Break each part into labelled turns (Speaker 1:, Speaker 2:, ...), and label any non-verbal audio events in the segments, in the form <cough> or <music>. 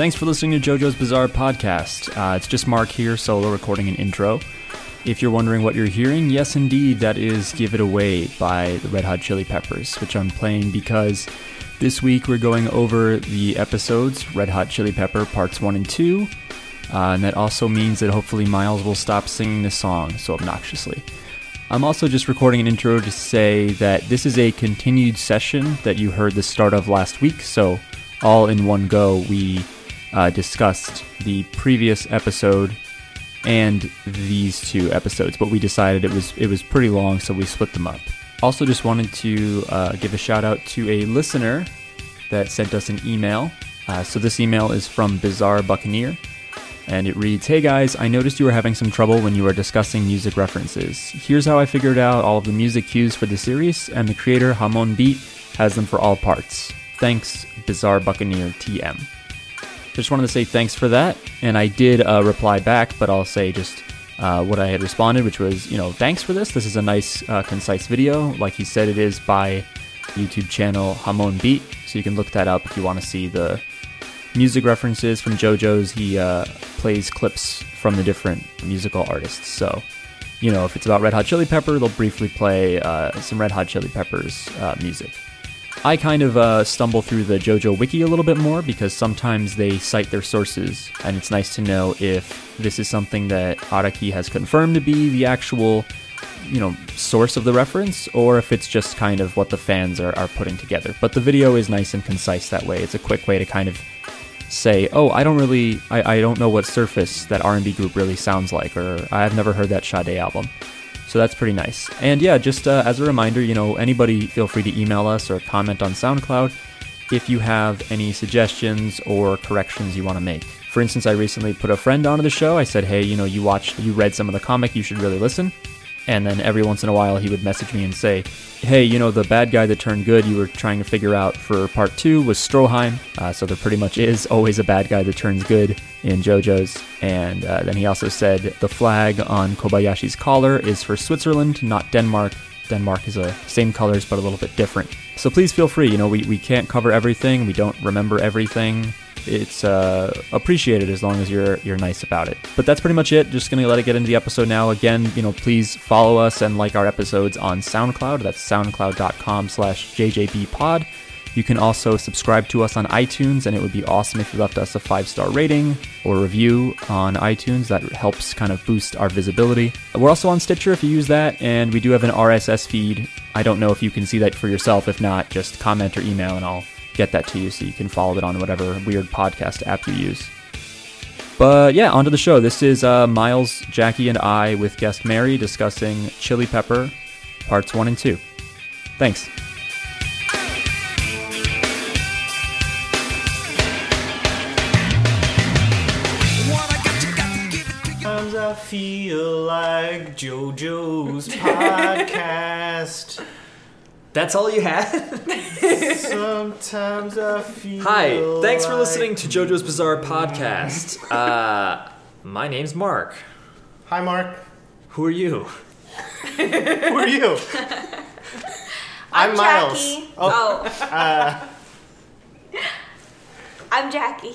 Speaker 1: Thanks for listening to JoJo's Bizarre Podcast. Uh, it's just Mark here, solo recording an intro. If you're wondering what you're hearing, yes, indeed, that is Give It Away by the Red Hot Chili Peppers, which I'm playing because this week we're going over the episodes Red Hot Chili Pepper Parts 1 and 2. Uh, and that also means that hopefully Miles will stop singing this song so obnoxiously. I'm also just recording an intro to say that this is a continued session that you heard the start of last week. So, all in one go, we uh, discussed the previous episode and these two episodes, but we decided it was it was pretty long, so we split them up. Also, just wanted to uh, give a shout out to a listener that sent us an email. Uh, so this email is from Bizarre Buccaneer. And it reads Hey guys, I noticed you were having some trouble when you were discussing music references. Here's how I figured out all of the music cues for the series, and the creator Hamon Beat has them for all parts. Thanks, Bizarre Buccaneer TM. Just wanted to say thanks for that, and I did uh, reply back, but I'll say just uh, what I had responded, which was, you know, thanks for this. This is a nice, uh, concise video. Like you said, it is by YouTube channel Hamon Beat, so you can look that up if you want to see the music references from JoJo's. He uh, plays clips from the different musical artists. So, you know, if it's about Red Hot Chili Pepper, they'll briefly play uh, some Red Hot Chili Peppers uh, music. I kind of uh, stumble through the JoJo wiki a little bit more because sometimes they cite their sources, and it's nice to know if this is something that Araki has confirmed to be the actual, you know, source of the reference, or if it's just kind of what the fans are, are putting together. But the video is nice and concise that way. It's a quick way to kind of say, "Oh, I don't really, I, I don't know what surface that R&B group really sounds like," or "I've never heard that Sade album." So that's pretty nice. And yeah, just uh, as a reminder, you know, anybody feel free to email us or comment on SoundCloud if you have any suggestions or corrections you want to make. For instance, I recently put a friend onto the show. I said, "Hey, you know, you watched, you read some of the comic. You should really listen." And then every once in a while, he would message me and say, Hey, you know, the bad guy that turned good you were trying to figure out for part two was Stroheim. Uh, so there pretty much is always a bad guy that turns good in JoJo's. And uh, then he also said, The flag on Kobayashi's collar is for Switzerland, not Denmark. Denmark is a same colors but a little bit different. So please feel free. You know, we, we can't cover everything, we don't remember everything it's uh, appreciated as long as you're you're nice about it. But that's pretty much it. Just gonna let it get into the episode now. Again, you know, please follow us and like our episodes on SoundCloud. That's soundcloud.com/slash JJBpod. You can also subscribe to us on iTunes, and it would be awesome if you left us a five star rating or review on iTunes. That helps kind of boost our visibility. We're also on Stitcher if you use that, and we do have an RSS feed. I don't know if you can see that for yourself. If not, just comment or email, and I'll get that to you so you can follow it on whatever weird podcast app you use. But yeah, onto the show. This is uh, Miles, Jackie, and I with guest Mary discussing Chili Pepper parts one and two. Thanks.
Speaker 2: Sometimes I feel like <laughs> JoJo's podcast.
Speaker 3: That's all you had? <laughs>
Speaker 2: Sometimes I feel.
Speaker 3: Hi, thanks for
Speaker 2: like-
Speaker 3: listening to JoJo's Bizarre Podcast. Uh, my name's Mark.
Speaker 2: Hi, Mark.
Speaker 3: Who are you?
Speaker 2: Who are you? <laughs> I'm, Miles.
Speaker 4: Jackie.
Speaker 2: Oh,
Speaker 4: Oh. <laughs> I'm Jackie.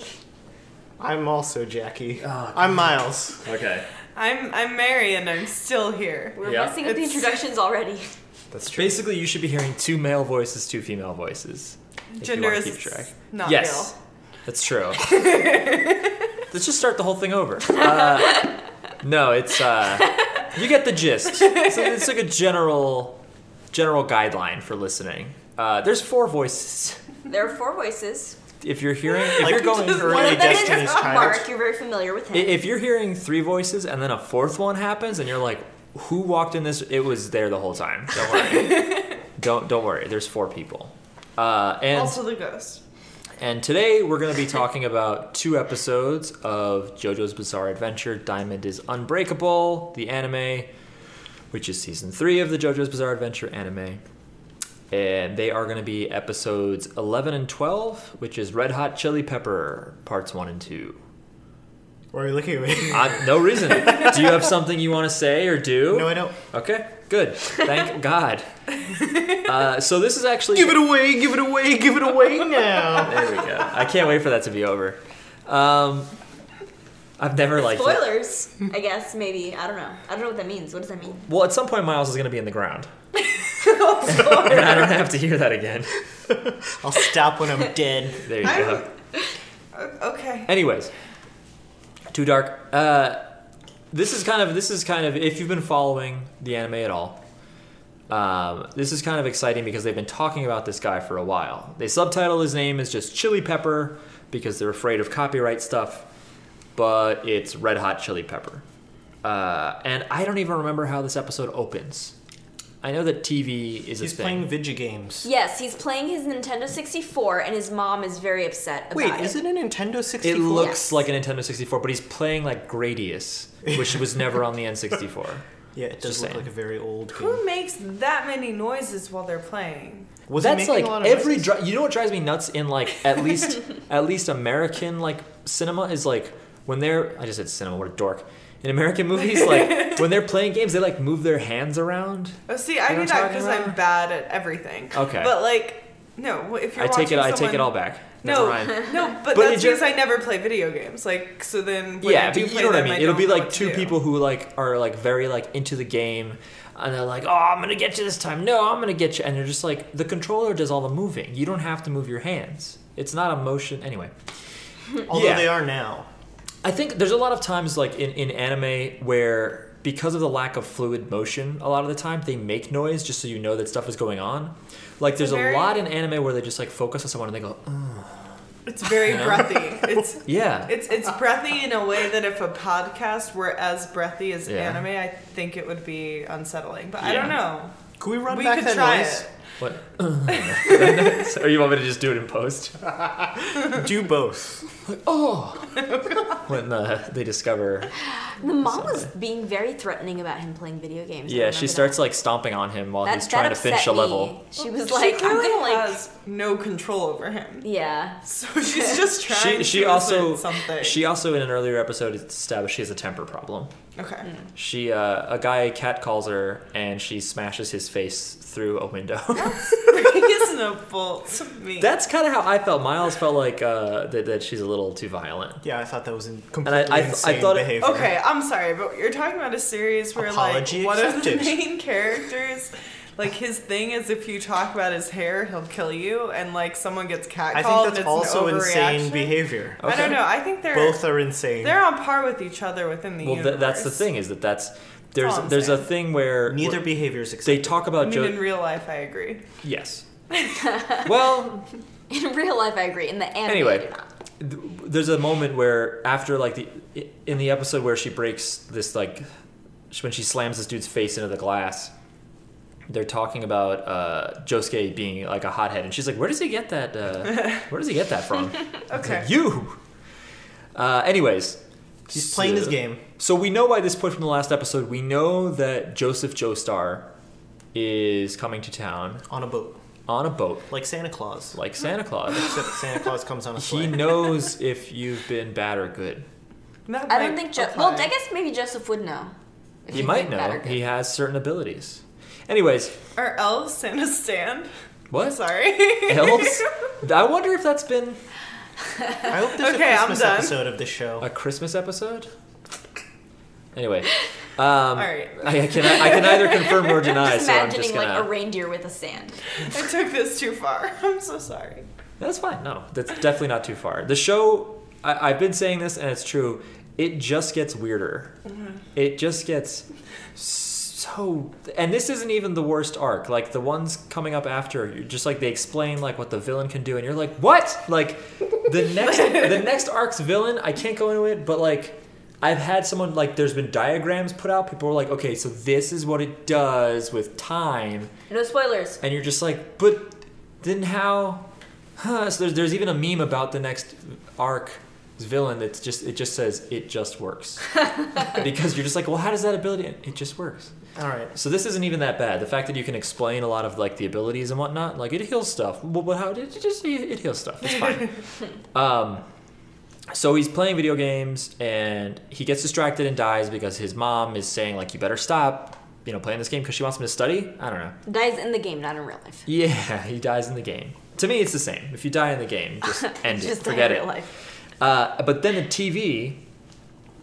Speaker 2: I'm also Jackie.
Speaker 3: Oh,
Speaker 2: I'm Miles.
Speaker 3: Okay.
Speaker 5: I'm I'm Mary and I'm still here.
Speaker 4: We're
Speaker 3: Yeah.
Speaker 4: messing with the
Speaker 5: It's-
Speaker 4: introductions already.
Speaker 2: That's true.
Speaker 3: Basically, you should be hearing two male voices, two female voices. if you
Speaker 5: Gender
Speaker 3: wanna
Speaker 5: is
Speaker 3: keep track.
Speaker 5: not
Speaker 3: yes,
Speaker 5: real. <laughs>
Speaker 3: that's true. Let's just start the whole thing over. Uh, no, it's uh, you get the gist. It's, it's like a general general guideline for listening. Uh, there's four voices.
Speaker 4: There are four voices.
Speaker 3: If you're hearing, if
Speaker 2: Like,
Speaker 3: you're going
Speaker 2: just
Speaker 3: early
Speaker 4: One of them
Speaker 2: Destiny's <laughs>
Speaker 4: is
Speaker 2: Child.
Speaker 4: Mark. You're very familiar with
Speaker 3: I-
Speaker 4: him.
Speaker 3: If you're hearing three voices and then a fourth one happens and you're like, who walked in this? It was there the whole time. Don't worry.
Speaker 5: <laughs>
Speaker 3: don't don't worry. There's four people. Uh, and
Speaker 5: Also the ghost.
Speaker 3: and today we're going to be talking about two episodes of JoJo's Bizarre Adventure: Diamond is Unbreakable, the anime, which is season three of the JoJo's Bizarre Adventure anime. And they are going to be episodes 11 and 12, which is Red Hot Chili Pepper, parts 1 and 2.
Speaker 2: Why are you looking at me? <laughs>
Speaker 3: I, no reason. do you have something you want to say or do?
Speaker 2: No, I don't.
Speaker 3: Okay,
Speaker 2: <laughs>
Speaker 3: good. Thank God. Uh, so this is
Speaker 2: <laughs>
Speaker 3: actually.
Speaker 2: Give it away, give it away, give it away now.
Speaker 3: There we go. I can't wait for that to be over. Um, I've never liked it.
Speaker 4: Spoilers, I guess, maybe. I don't know. I don't know what that means. What does that mean?
Speaker 3: Well, at some point, Miles is going to be in the ground. and <laughs> I don't have to hear that again.
Speaker 2: I'll stop when I'm dead. <laughs>
Speaker 3: There you
Speaker 5: I'm-
Speaker 3: go.
Speaker 5: O- Okay.
Speaker 3: Anyways, too dark. Uh, this is kind of this is kind of if you've been following the anime at all. Um, this is kind of exciting because they've been talking about this guy for a while. They subtitle his name as just Chili Pepper because they're afraid of copyright stuff, but it's Red Hot Chili Pepper. Uh, and I don't even remember how this episode opens. I know that TV is
Speaker 2: He's
Speaker 3: a thing.
Speaker 2: playing video games.
Speaker 4: Yes, he's playing his Nintendo 64, and his mom is very upset about
Speaker 2: Wait,
Speaker 4: it.
Speaker 2: is it a Nintendo 64?
Speaker 3: It looks
Speaker 4: Yes.
Speaker 3: like a Nintendo 64, but he's playing like Gradius, which was never on the
Speaker 2: <laughs>
Speaker 3: N64.
Speaker 2: Yeah, it does
Speaker 3: Just
Speaker 2: look
Speaker 3: saying.
Speaker 2: like a very old game.
Speaker 5: Who makes that many noises while they're playing?
Speaker 2: Was he
Speaker 3: That's
Speaker 2: making
Speaker 3: like
Speaker 2: a lot of
Speaker 3: every.
Speaker 2: noises?
Speaker 3: Dri- you know what drives me nuts in like
Speaker 5: <laughs>
Speaker 3: at least at least American like cinema is like when they're I just said cinema what a dork in American
Speaker 5: <laughs>
Speaker 3: movies like when they're playing games they like move their hands around.
Speaker 5: Oh, see, I do
Speaker 3: You know what
Speaker 5: that
Speaker 3: I'm
Speaker 5: because
Speaker 3: talking
Speaker 5: I'm
Speaker 3: about?
Speaker 5: bad at everything.
Speaker 3: Okay.
Speaker 5: But like, no. If you're
Speaker 3: I take it.
Speaker 5: watching
Speaker 3: I take it
Speaker 5: someone-
Speaker 3: all back. Never
Speaker 5: No, <laughs>
Speaker 3: mind.
Speaker 5: no, but,
Speaker 3: But you
Speaker 5: that's
Speaker 3: ju-
Speaker 5: because I never play video games. Like, so then when
Speaker 3: yeah,
Speaker 5: I do
Speaker 3: but you
Speaker 5: play
Speaker 3: know what I
Speaker 5: them,
Speaker 3: mean.
Speaker 5: don't
Speaker 3: It'll be
Speaker 5: know
Speaker 3: like
Speaker 5: what to
Speaker 3: two
Speaker 5: do.
Speaker 3: people who like are like very like into the game, and they're like, "Oh, I'm gonna get you this time. No, I'm gonna get you," and they're just like, the controller does all the moving. You don't have to move your hands. It's not a motion anyway.
Speaker 2: Although
Speaker 3: Yeah.
Speaker 2: they are now.
Speaker 3: I think there's a lot of times like in, in anime where because of the lack of fluid motion a lot of the time they make noise just so you know that stuff is going on like there's
Speaker 5: Very-
Speaker 3: a lot in anime where they just like focus on someone and they go "Ugh."
Speaker 5: It's very
Speaker 3: <laughs> You know?
Speaker 5: breathy. It's
Speaker 3: yeah
Speaker 5: it's it's breathy in a way that if a podcast were as breathy as
Speaker 3: Yeah.
Speaker 5: anime, I think it would be unsettling. But I
Speaker 3: Yeah.
Speaker 5: don't know.
Speaker 2: Could we run
Speaker 5: we
Speaker 2: back
Speaker 5: could
Speaker 2: that
Speaker 5: try
Speaker 2: noise?
Speaker 5: it.
Speaker 3: what
Speaker 4: <laughs>
Speaker 3: <laughs> or you want me to just do it in post
Speaker 2: <laughs> Do both.
Speaker 3: oh when uh, they discover
Speaker 4: The mom was being very threatening about him playing video games. I
Speaker 3: yeah she
Speaker 4: remember
Speaker 3: starts
Speaker 4: that.
Speaker 3: like stomping on him while
Speaker 4: That-
Speaker 3: he's
Speaker 4: that
Speaker 3: trying to finish
Speaker 4: upset
Speaker 3: a level
Speaker 4: me. She was
Speaker 5: She
Speaker 4: like, I'm
Speaker 5: clearly
Speaker 4: gonna like.
Speaker 5: has no control over him.
Speaker 4: yeah. <laughs>
Speaker 5: So she's just trying.
Speaker 3: she, she
Speaker 5: to
Speaker 3: also
Speaker 5: present something.
Speaker 3: she also in an earlier episode established she has a temper problem
Speaker 5: okay.
Speaker 4: Mm.
Speaker 5: <laughs>
Speaker 3: She, uh, a guy cat calls her and she smashes his face through a window.
Speaker 4: <laughs>
Speaker 5: Reasonable to me.
Speaker 3: That's kind of how I felt. Miles felt like uh, that, that she's a little too violent.
Speaker 2: Yeah, I thought that was in
Speaker 3: I-
Speaker 2: completely
Speaker 3: I- I
Speaker 2: insane
Speaker 3: thought it-
Speaker 2: behavior.
Speaker 5: Okay, I'm sorry, but you're talking about a series where
Speaker 2: Apology
Speaker 5: like one
Speaker 2: accepted.
Speaker 5: of the main characters, like his thing is if you talk about his hair, he'll kill you, and like someone gets catcalled.
Speaker 2: I think
Speaker 5: and
Speaker 2: that's
Speaker 5: it's
Speaker 2: also
Speaker 5: an
Speaker 2: insane
Speaker 5: overreaction.
Speaker 2: behavior.
Speaker 5: I
Speaker 3: Okay.
Speaker 5: don't know. I think they're
Speaker 2: Both are insane.
Speaker 5: they're on par with each other within the
Speaker 3: Well,
Speaker 5: universe.
Speaker 3: th- that's the thing is that that's
Speaker 5: all
Speaker 3: there's
Speaker 5: I'm
Speaker 3: there's a
Speaker 5: saying.
Speaker 3: thing where
Speaker 2: Neither
Speaker 3: where
Speaker 2: behavior is acceptable.
Speaker 3: they talk
Speaker 5: I
Speaker 3: about
Speaker 5: mean,
Speaker 3: jo-
Speaker 5: in real life, I agree. <laughs>
Speaker 3: yes. well,
Speaker 4: In real life, I agree. In the anime, I
Speaker 3: anyway,
Speaker 4: do not.
Speaker 3: th- there's a moment where after like the in the episode where she breaks this like sh- when she slams this dude's face into the glass. They're talking about uh, Josuke being like a hothead, and she's like, "Where does he get that? Uh, where does he get that
Speaker 5: <laughs>
Speaker 3: from?" It's
Speaker 5: Okay.
Speaker 3: like, you. Uh, anyways,
Speaker 2: He's playing his game.
Speaker 3: So we know by this point from the last episode, we know that Joseph Joestar is coming to town
Speaker 2: on a boat,
Speaker 3: on a boat
Speaker 2: like Santa Claus.
Speaker 3: like Santa Claus.
Speaker 2: Except Santa Claus comes on a
Speaker 3: he
Speaker 2: sleigh.
Speaker 3: knows if you've been bad or good.
Speaker 5: That
Speaker 4: I don't
Speaker 5: might
Speaker 4: think. Jo-
Speaker 5: apply.
Speaker 4: well, I guess maybe Joseph would know. If
Speaker 3: He
Speaker 4: he'd
Speaker 3: might
Speaker 4: been bad
Speaker 3: know.
Speaker 4: or good.
Speaker 3: He has certain abilities. Anyways,
Speaker 5: are elves in a stand.
Speaker 3: what? <laughs>
Speaker 5: Sorry, <laughs>
Speaker 3: Elves? I wonder if that's been
Speaker 2: I hope there's
Speaker 5: Okay,
Speaker 2: a
Speaker 5: I'm
Speaker 2: Christmas
Speaker 5: done.
Speaker 2: episode of this show.
Speaker 3: a Christmas episode. Anyway, um, all
Speaker 5: right.
Speaker 3: I, I can I can either confirm or
Speaker 4: I'm
Speaker 3: deny.
Speaker 4: just
Speaker 3: so I'm
Speaker 4: imagining
Speaker 3: just gonna.
Speaker 4: like a reindeer with a sand.
Speaker 5: I took this too far. <laughs> I'm so sorry.
Speaker 3: That's fine. No, that's definitely not too far. The show, I, I've been saying this, and it's true. It just gets weirder. It just gets so. And this isn't even the worst arc. Like the ones coming up after, you're just like they explain like what the villain can do, and you're like, what? Like the next the next arc's villain. I can't go into it, but like. I've had someone like there's been diagrams put out. People are like, okay, so this is what it does with time,
Speaker 4: No spoilers.
Speaker 3: and you're just like, but then how? Huh? So there's, there's even a meme about the next arc villain that's just it just says it just works because you're just like, well, how does that ability? It just works.
Speaker 2: All right.
Speaker 3: So this isn't even that bad. The fact that you can explain a lot of like the abilities and whatnot, like it heals stuff. Well, but how did it just it heals stuff? It's fine. um, so he's playing video games and he gets distracted and dies because his mom is saying like, you better stop, you know, playing this game because she wants him to study. I don't know.
Speaker 4: Dies in the game, not in real life.
Speaker 3: Yeah, he dies in the game. To me, it's the same. If you die in the game, just end
Speaker 4: Just
Speaker 3: it,
Speaker 4: die in
Speaker 3: forget
Speaker 4: real
Speaker 3: it.
Speaker 4: life.
Speaker 3: Uh, but then the TV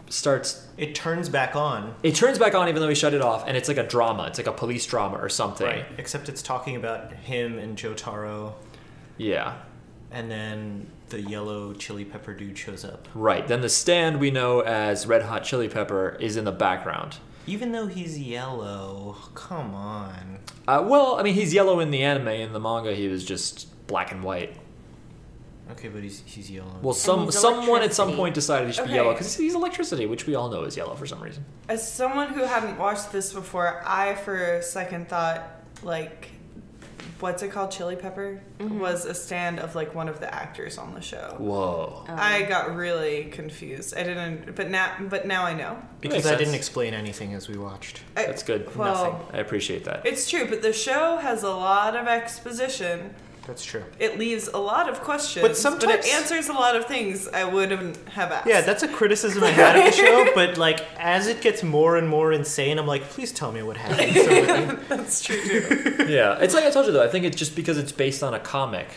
Speaker 3: starts.
Speaker 2: It turns back on,
Speaker 3: It turns back on even though we shut it off, and it's like a drama. It's like a police drama or something.
Speaker 2: right? Except it's talking about him and Jotaro,
Speaker 3: Yeah.
Speaker 2: and then the yellow chili pepper dude shows up.
Speaker 3: Right. Then the stand we know as Red Hot Chili Pepper is in the background.
Speaker 2: Even though he's yellow, come on.
Speaker 3: Uh, well, I mean, he's yellow in the anime. In the manga, he was just black and white.
Speaker 2: Okay, but he's he's yellow.
Speaker 3: Well, some
Speaker 4: he's
Speaker 3: someone at some
Speaker 4: electricity.
Speaker 3: point decided he should be
Speaker 5: Okay.
Speaker 3: yellow because he's electricity, which we all know is yellow for some reason.
Speaker 5: As someone who hadn't watched this before, I for a second thought like what's it called chili pepper was a stand of like one of the actors on the show.
Speaker 3: Whoa.
Speaker 5: I got really confused. I didn't but now but now I know.
Speaker 2: because
Speaker 3: Makes
Speaker 2: I
Speaker 3: sense.
Speaker 2: didn't explain anything as we watched.
Speaker 5: I-
Speaker 3: That's good.
Speaker 5: Well,
Speaker 3: Nothing. I appreciate that.
Speaker 5: It's true, but the show has a lot of exposition.
Speaker 2: That's true.
Speaker 5: It leaves a lot of questions,
Speaker 2: But sometimes-
Speaker 5: it answers a lot of things I wouldn't have asked.
Speaker 2: Yeah, that's a criticism I had of the show, <laughs> but like as it gets more and more insane, I'm like, please tell me what happened. <laughs> So,
Speaker 5: that's true <laughs> too.
Speaker 3: yeah, it's like I told you though. I think it's just because it's based on a comic.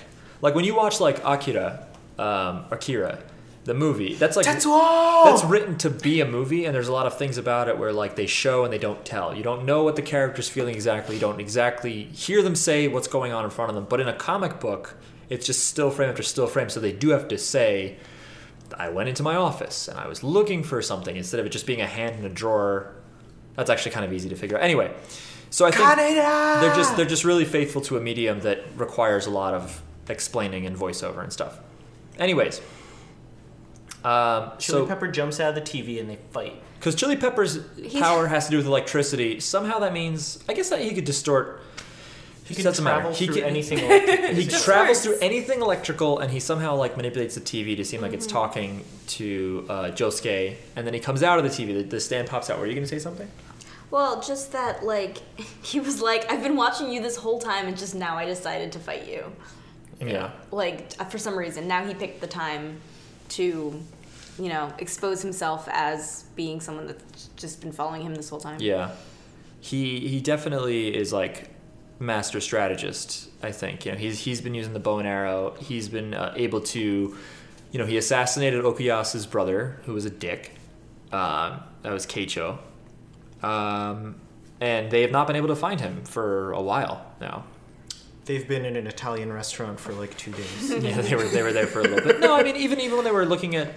Speaker 3: Like when you watch like Akira, um, Akira, the movie. That's like that's written to be a movie, and there's a lot of things about it where like they show and they don't tell. You don't know what the character's feeling exactly. You don't exactly hear them say what's going on in front of them. But in a comic book, it's just still frame after still frame, so they do have to say. I went into my office and I was looking for something instead of it just being a hand in a drawer. That's actually kind of easy to figure out. Anyway, so I think they're just
Speaker 2: Ah.
Speaker 3: they're just really faithful to a medium that requires a lot of explaining and voiceover and stuff. Anyways, um,
Speaker 2: Chili
Speaker 3: so
Speaker 2: Pepper jumps out of the TV and they fight.
Speaker 3: because Chili Pepper's
Speaker 4: He's-
Speaker 3: power has to do with electricity, somehow that means I guess that he could distort.
Speaker 2: He
Speaker 3: It
Speaker 2: can
Speaker 3: doesn't matter.
Speaker 2: travel
Speaker 3: He
Speaker 2: through <laughs>
Speaker 3: can-
Speaker 2: anything.
Speaker 3: He
Speaker 2: electric.
Speaker 3: travels
Speaker 5: works.
Speaker 3: through anything electrical, and he somehow like manipulates the TV to seem like
Speaker 2: Mm-hmm.
Speaker 3: it's talking to uh, Josuke, and then he comes out of the TV. The, the stand pops out. Were you going to say something?
Speaker 4: Well, just that, like, <laughs> he was like, I've been watching you this whole time, and just now I decided to fight you.
Speaker 3: Yeah.
Speaker 4: Like, t- for some reason, now he picked the time to, you know, expose himself as being someone that's just been following him this whole time.
Speaker 3: Yeah, he he definitely is like master strategist. I think you know he's he's been using the bow and arrow. He's been uh, able to, you know, he assassinated Okuyasa's brother, who was a dick. Um, that was Keicho, um, and they have not been able to find him for a while now.
Speaker 2: They've been in an Italian restaurant for like two days.
Speaker 3: <laughs> Yeah, they were they were there for a little bit. No, I mean even even when they were looking at,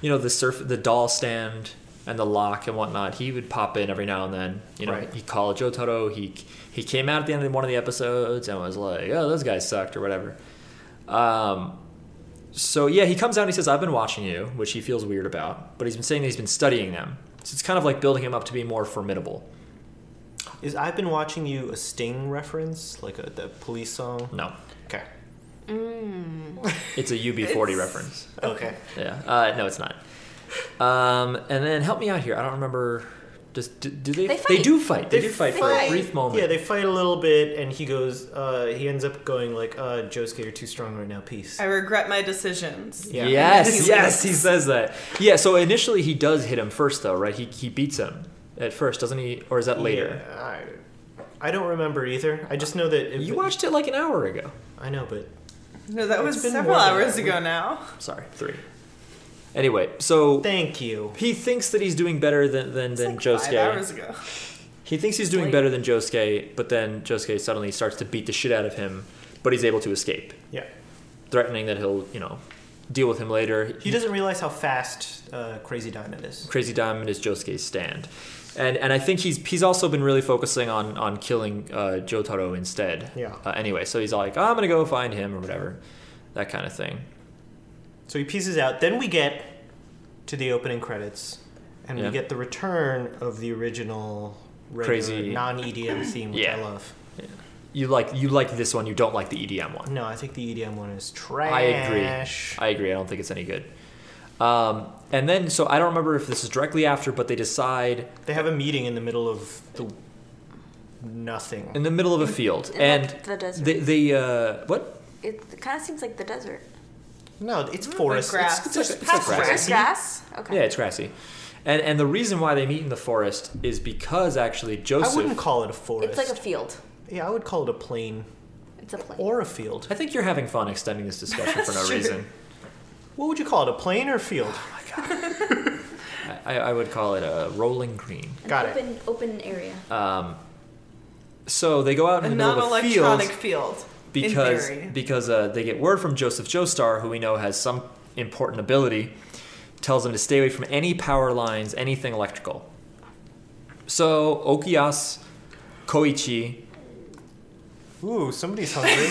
Speaker 3: you know, the surf the doll stand and the lock and whatnot, he would pop in every now and then. You know,
Speaker 2: Right.
Speaker 3: he called Jotaro. He he came out at the end of one of the episodes and was like, "Oh, those guys sucked" or whatever. Um, so yeah, he comes out and he says, "I've been watching you," which he feels weird about, but he's been saying that he's been studying them. So it's kind of like building him up to be more formidable.
Speaker 2: Is I've been watching you a Sting reference, like a, the police song?
Speaker 3: No,
Speaker 2: Okay.
Speaker 4: Mm.
Speaker 3: it's a UB40 reference.
Speaker 2: Okay.
Speaker 3: Yeah. Uh, no, it's not. Um, and then help me out here. I don't remember. Does do, do they?
Speaker 4: They
Speaker 3: They
Speaker 4: fight.
Speaker 3: do fight. They,
Speaker 2: They
Speaker 3: do fight for a
Speaker 5: fight.
Speaker 3: brief moment.
Speaker 2: Yeah, they fight a little bit, and he goes. Uh, he ends up going like, uh, "Josuke, you're too strong right now. Peace."
Speaker 5: I regret my decisions.
Speaker 2: Yeah.
Speaker 3: Yes,
Speaker 5: He
Speaker 3: yes, he says that. Yeah. So initially, he does hit him first, though, right? He he beats him at first, doesn't he? Or is that later?
Speaker 2: Yeah, I, I don't remember either. I just know that if
Speaker 3: You watched it like an hour ago.
Speaker 2: I know, but
Speaker 5: No, that was
Speaker 2: It's been
Speaker 5: several
Speaker 2: more than
Speaker 5: hours
Speaker 2: that.
Speaker 5: ago now. <laughs>
Speaker 3: Sorry, three. Anyway, so
Speaker 2: thank you.
Speaker 3: he thinks that he's doing better than than, than
Speaker 5: Like
Speaker 3: Josuke.
Speaker 5: Five hours ago.
Speaker 3: He thinks he's doing
Speaker 4: Like-
Speaker 3: better than Josuke, but then Josuke suddenly starts to beat the shit out of him, but he's able to escape.
Speaker 2: Yeah,
Speaker 3: threatening that he'll, you know, deal with him later.
Speaker 2: he doesn't realize how fast uh, Crazy Diamond is.
Speaker 3: Crazy Diamond is Josuke's stand. And, and I think he's he's also been really focusing on on killing uh, Jotaro instead.
Speaker 2: Yeah.
Speaker 3: Uh, anyway, so he's like, I'm gonna go find him or whatever, that kind of thing.
Speaker 2: So he pieces out. Then we get to the opening credits, and
Speaker 3: Yeah.
Speaker 2: we get the return of the original regular,
Speaker 3: Crazy-
Speaker 2: non EDM theme, which
Speaker 3: Yeah.
Speaker 2: I love.
Speaker 3: You like you like this one. You don't like the EDM one.
Speaker 2: No, I think the EDM one is trash.
Speaker 3: I agree. I agree. I don't think it's any good. Um, and then so I don't remember if this is directly after, but they decide
Speaker 2: They have a meeting in the middle of the nothing.
Speaker 3: in the middle of a field
Speaker 4: In,
Speaker 3: and
Speaker 4: like, the desert.
Speaker 3: they they uh, what
Speaker 4: It kind of seems like the desert.
Speaker 2: no, it's forest.
Speaker 5: grass.
Speaker 2: It's,
Speaker 5: It's
Speaker 2: just
Speaker 3: like- it's like
Speaker 2: past
Speaker 3: grass.
Speaker 2: grassy.
Speaker 4: Grass? Okay.
Speaker 3: Yeah, it's grassy. And and the reason why they meet in the forest is because actually
Speaker 2: I wouldn't
Speaker 3: Joseph.
Speaker 2: call it a forest.
Speaker 4: It's like a field.
Speaker 2: yeah, I would call it a plain
Speaker 4: It's a plain.
Speaker 2: or a field.
Speaker 3: I think you're having fun extending this discussion for no
Speaker 5: That's true.
Speaker 3: reason.
Speaker 2: What would you call it? A plane or field?
Speaker 3: I, I would call it a rolling green.
Speaker 6: An
Speaker 2: Got it.
Speaker 6: open, Open area.
Speaker 3: Um, so they go out in
Speaker 5: A
Speaker 3: the middle of a field
Speaker 5: non-electronic field.
Speaker 3: because
Speaker 5: in theory.
Speaker 3: because uh, they get word from Joseph Joestar, who we know has some important ability, tells them to stay away from any power lines, anything electrical. So Okias, Koichi,
Speaker 2: <sighs> Ooh, somebody's <laughs> hungry.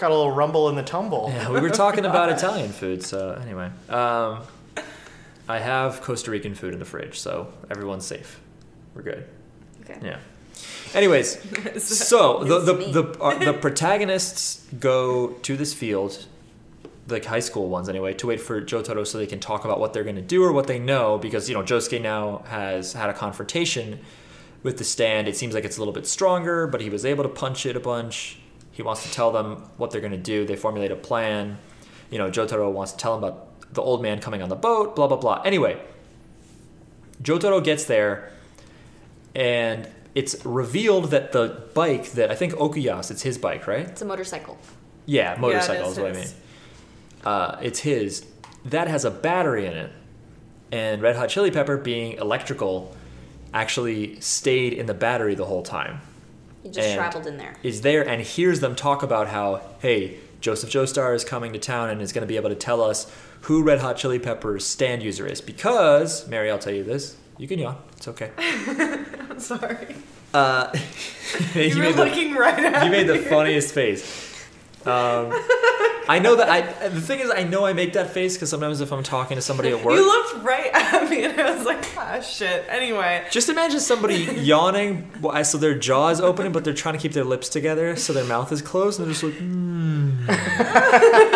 Speaker 2: Got a little rumble in the tumble.
Speaker 3: yeah, <laughs> we were talking about Italian food. So anyway, um, I have Costa Rican food in the fridge, so everyone's safe. We're good.
Speaker 4: Okay.
Speaker 3: Yeah. Anyways, so
Speaker 4: <laughs>
Speaker 3: the
Speaker 4: It's
Speaker 3: the
Speaker 4: me.
Speaker 3: the, uh,
Speaker 4: <laughs>
Speaker 3: the protagonists go to this field, the high school ones anyway, to wait for Jotaro so they can talk about what they're going to do or what they know because you know Josuke now has had a confrontation with the stand. It seems like it's a little bit stronger, but he was able to punch it a bunch. He wants to tell them what they're going to do. They formulate a plan. You know, Jotaro wants to tell him about the old man coming on the boat, blah blah blah. Anyway, Jotaro gets there and it's revealed that the bike that I think Okuyas, it's his bike, right?
Speaker 4: It's a motorcycle.
Speaker 3: Yeah, motorcycle
Speaker 5: is
Speaker 3: is what I mean.
Speaker 5: his.
Speaker 3: Uh, it's his. That has a battery in it. And Red Hot Chili Pepper, being electrical, actually stayed in the battery the whole time.
Speaker 4: You just
Speaker 3: And-
Speaker 4: traveled in there.
Speaker 3: Is there and hears them talk about how, hey, Joseph Joestar is coming to town and is going to be able to tell us who Red Hot Chili Pepper's stand user is. Because, Mary, I'll tell you this. You can yawn. It's okay.
Speaker 5: <laughs> I'm sorry.
Speaker 3: Uh, <laughs> you
Speaker 5: You, were
Speaker 3: made the-
Speaker 5: looking right at
Speaker 3: you made the
Speaker 5: me.
Speaker 3: funniest face. Um, I know that I. The thing is, I know I make that face because sometimes if I'm talking to somebody at work,
Speaker 5: You looked right <laughs> at me and I was like, ah, shit. Anyway,
Speaker 3: just imagine somebody yawning, wh- so their jaw is open, but they're trying to keep their lips together, so their mouth is closed, and they're just like, "Mm."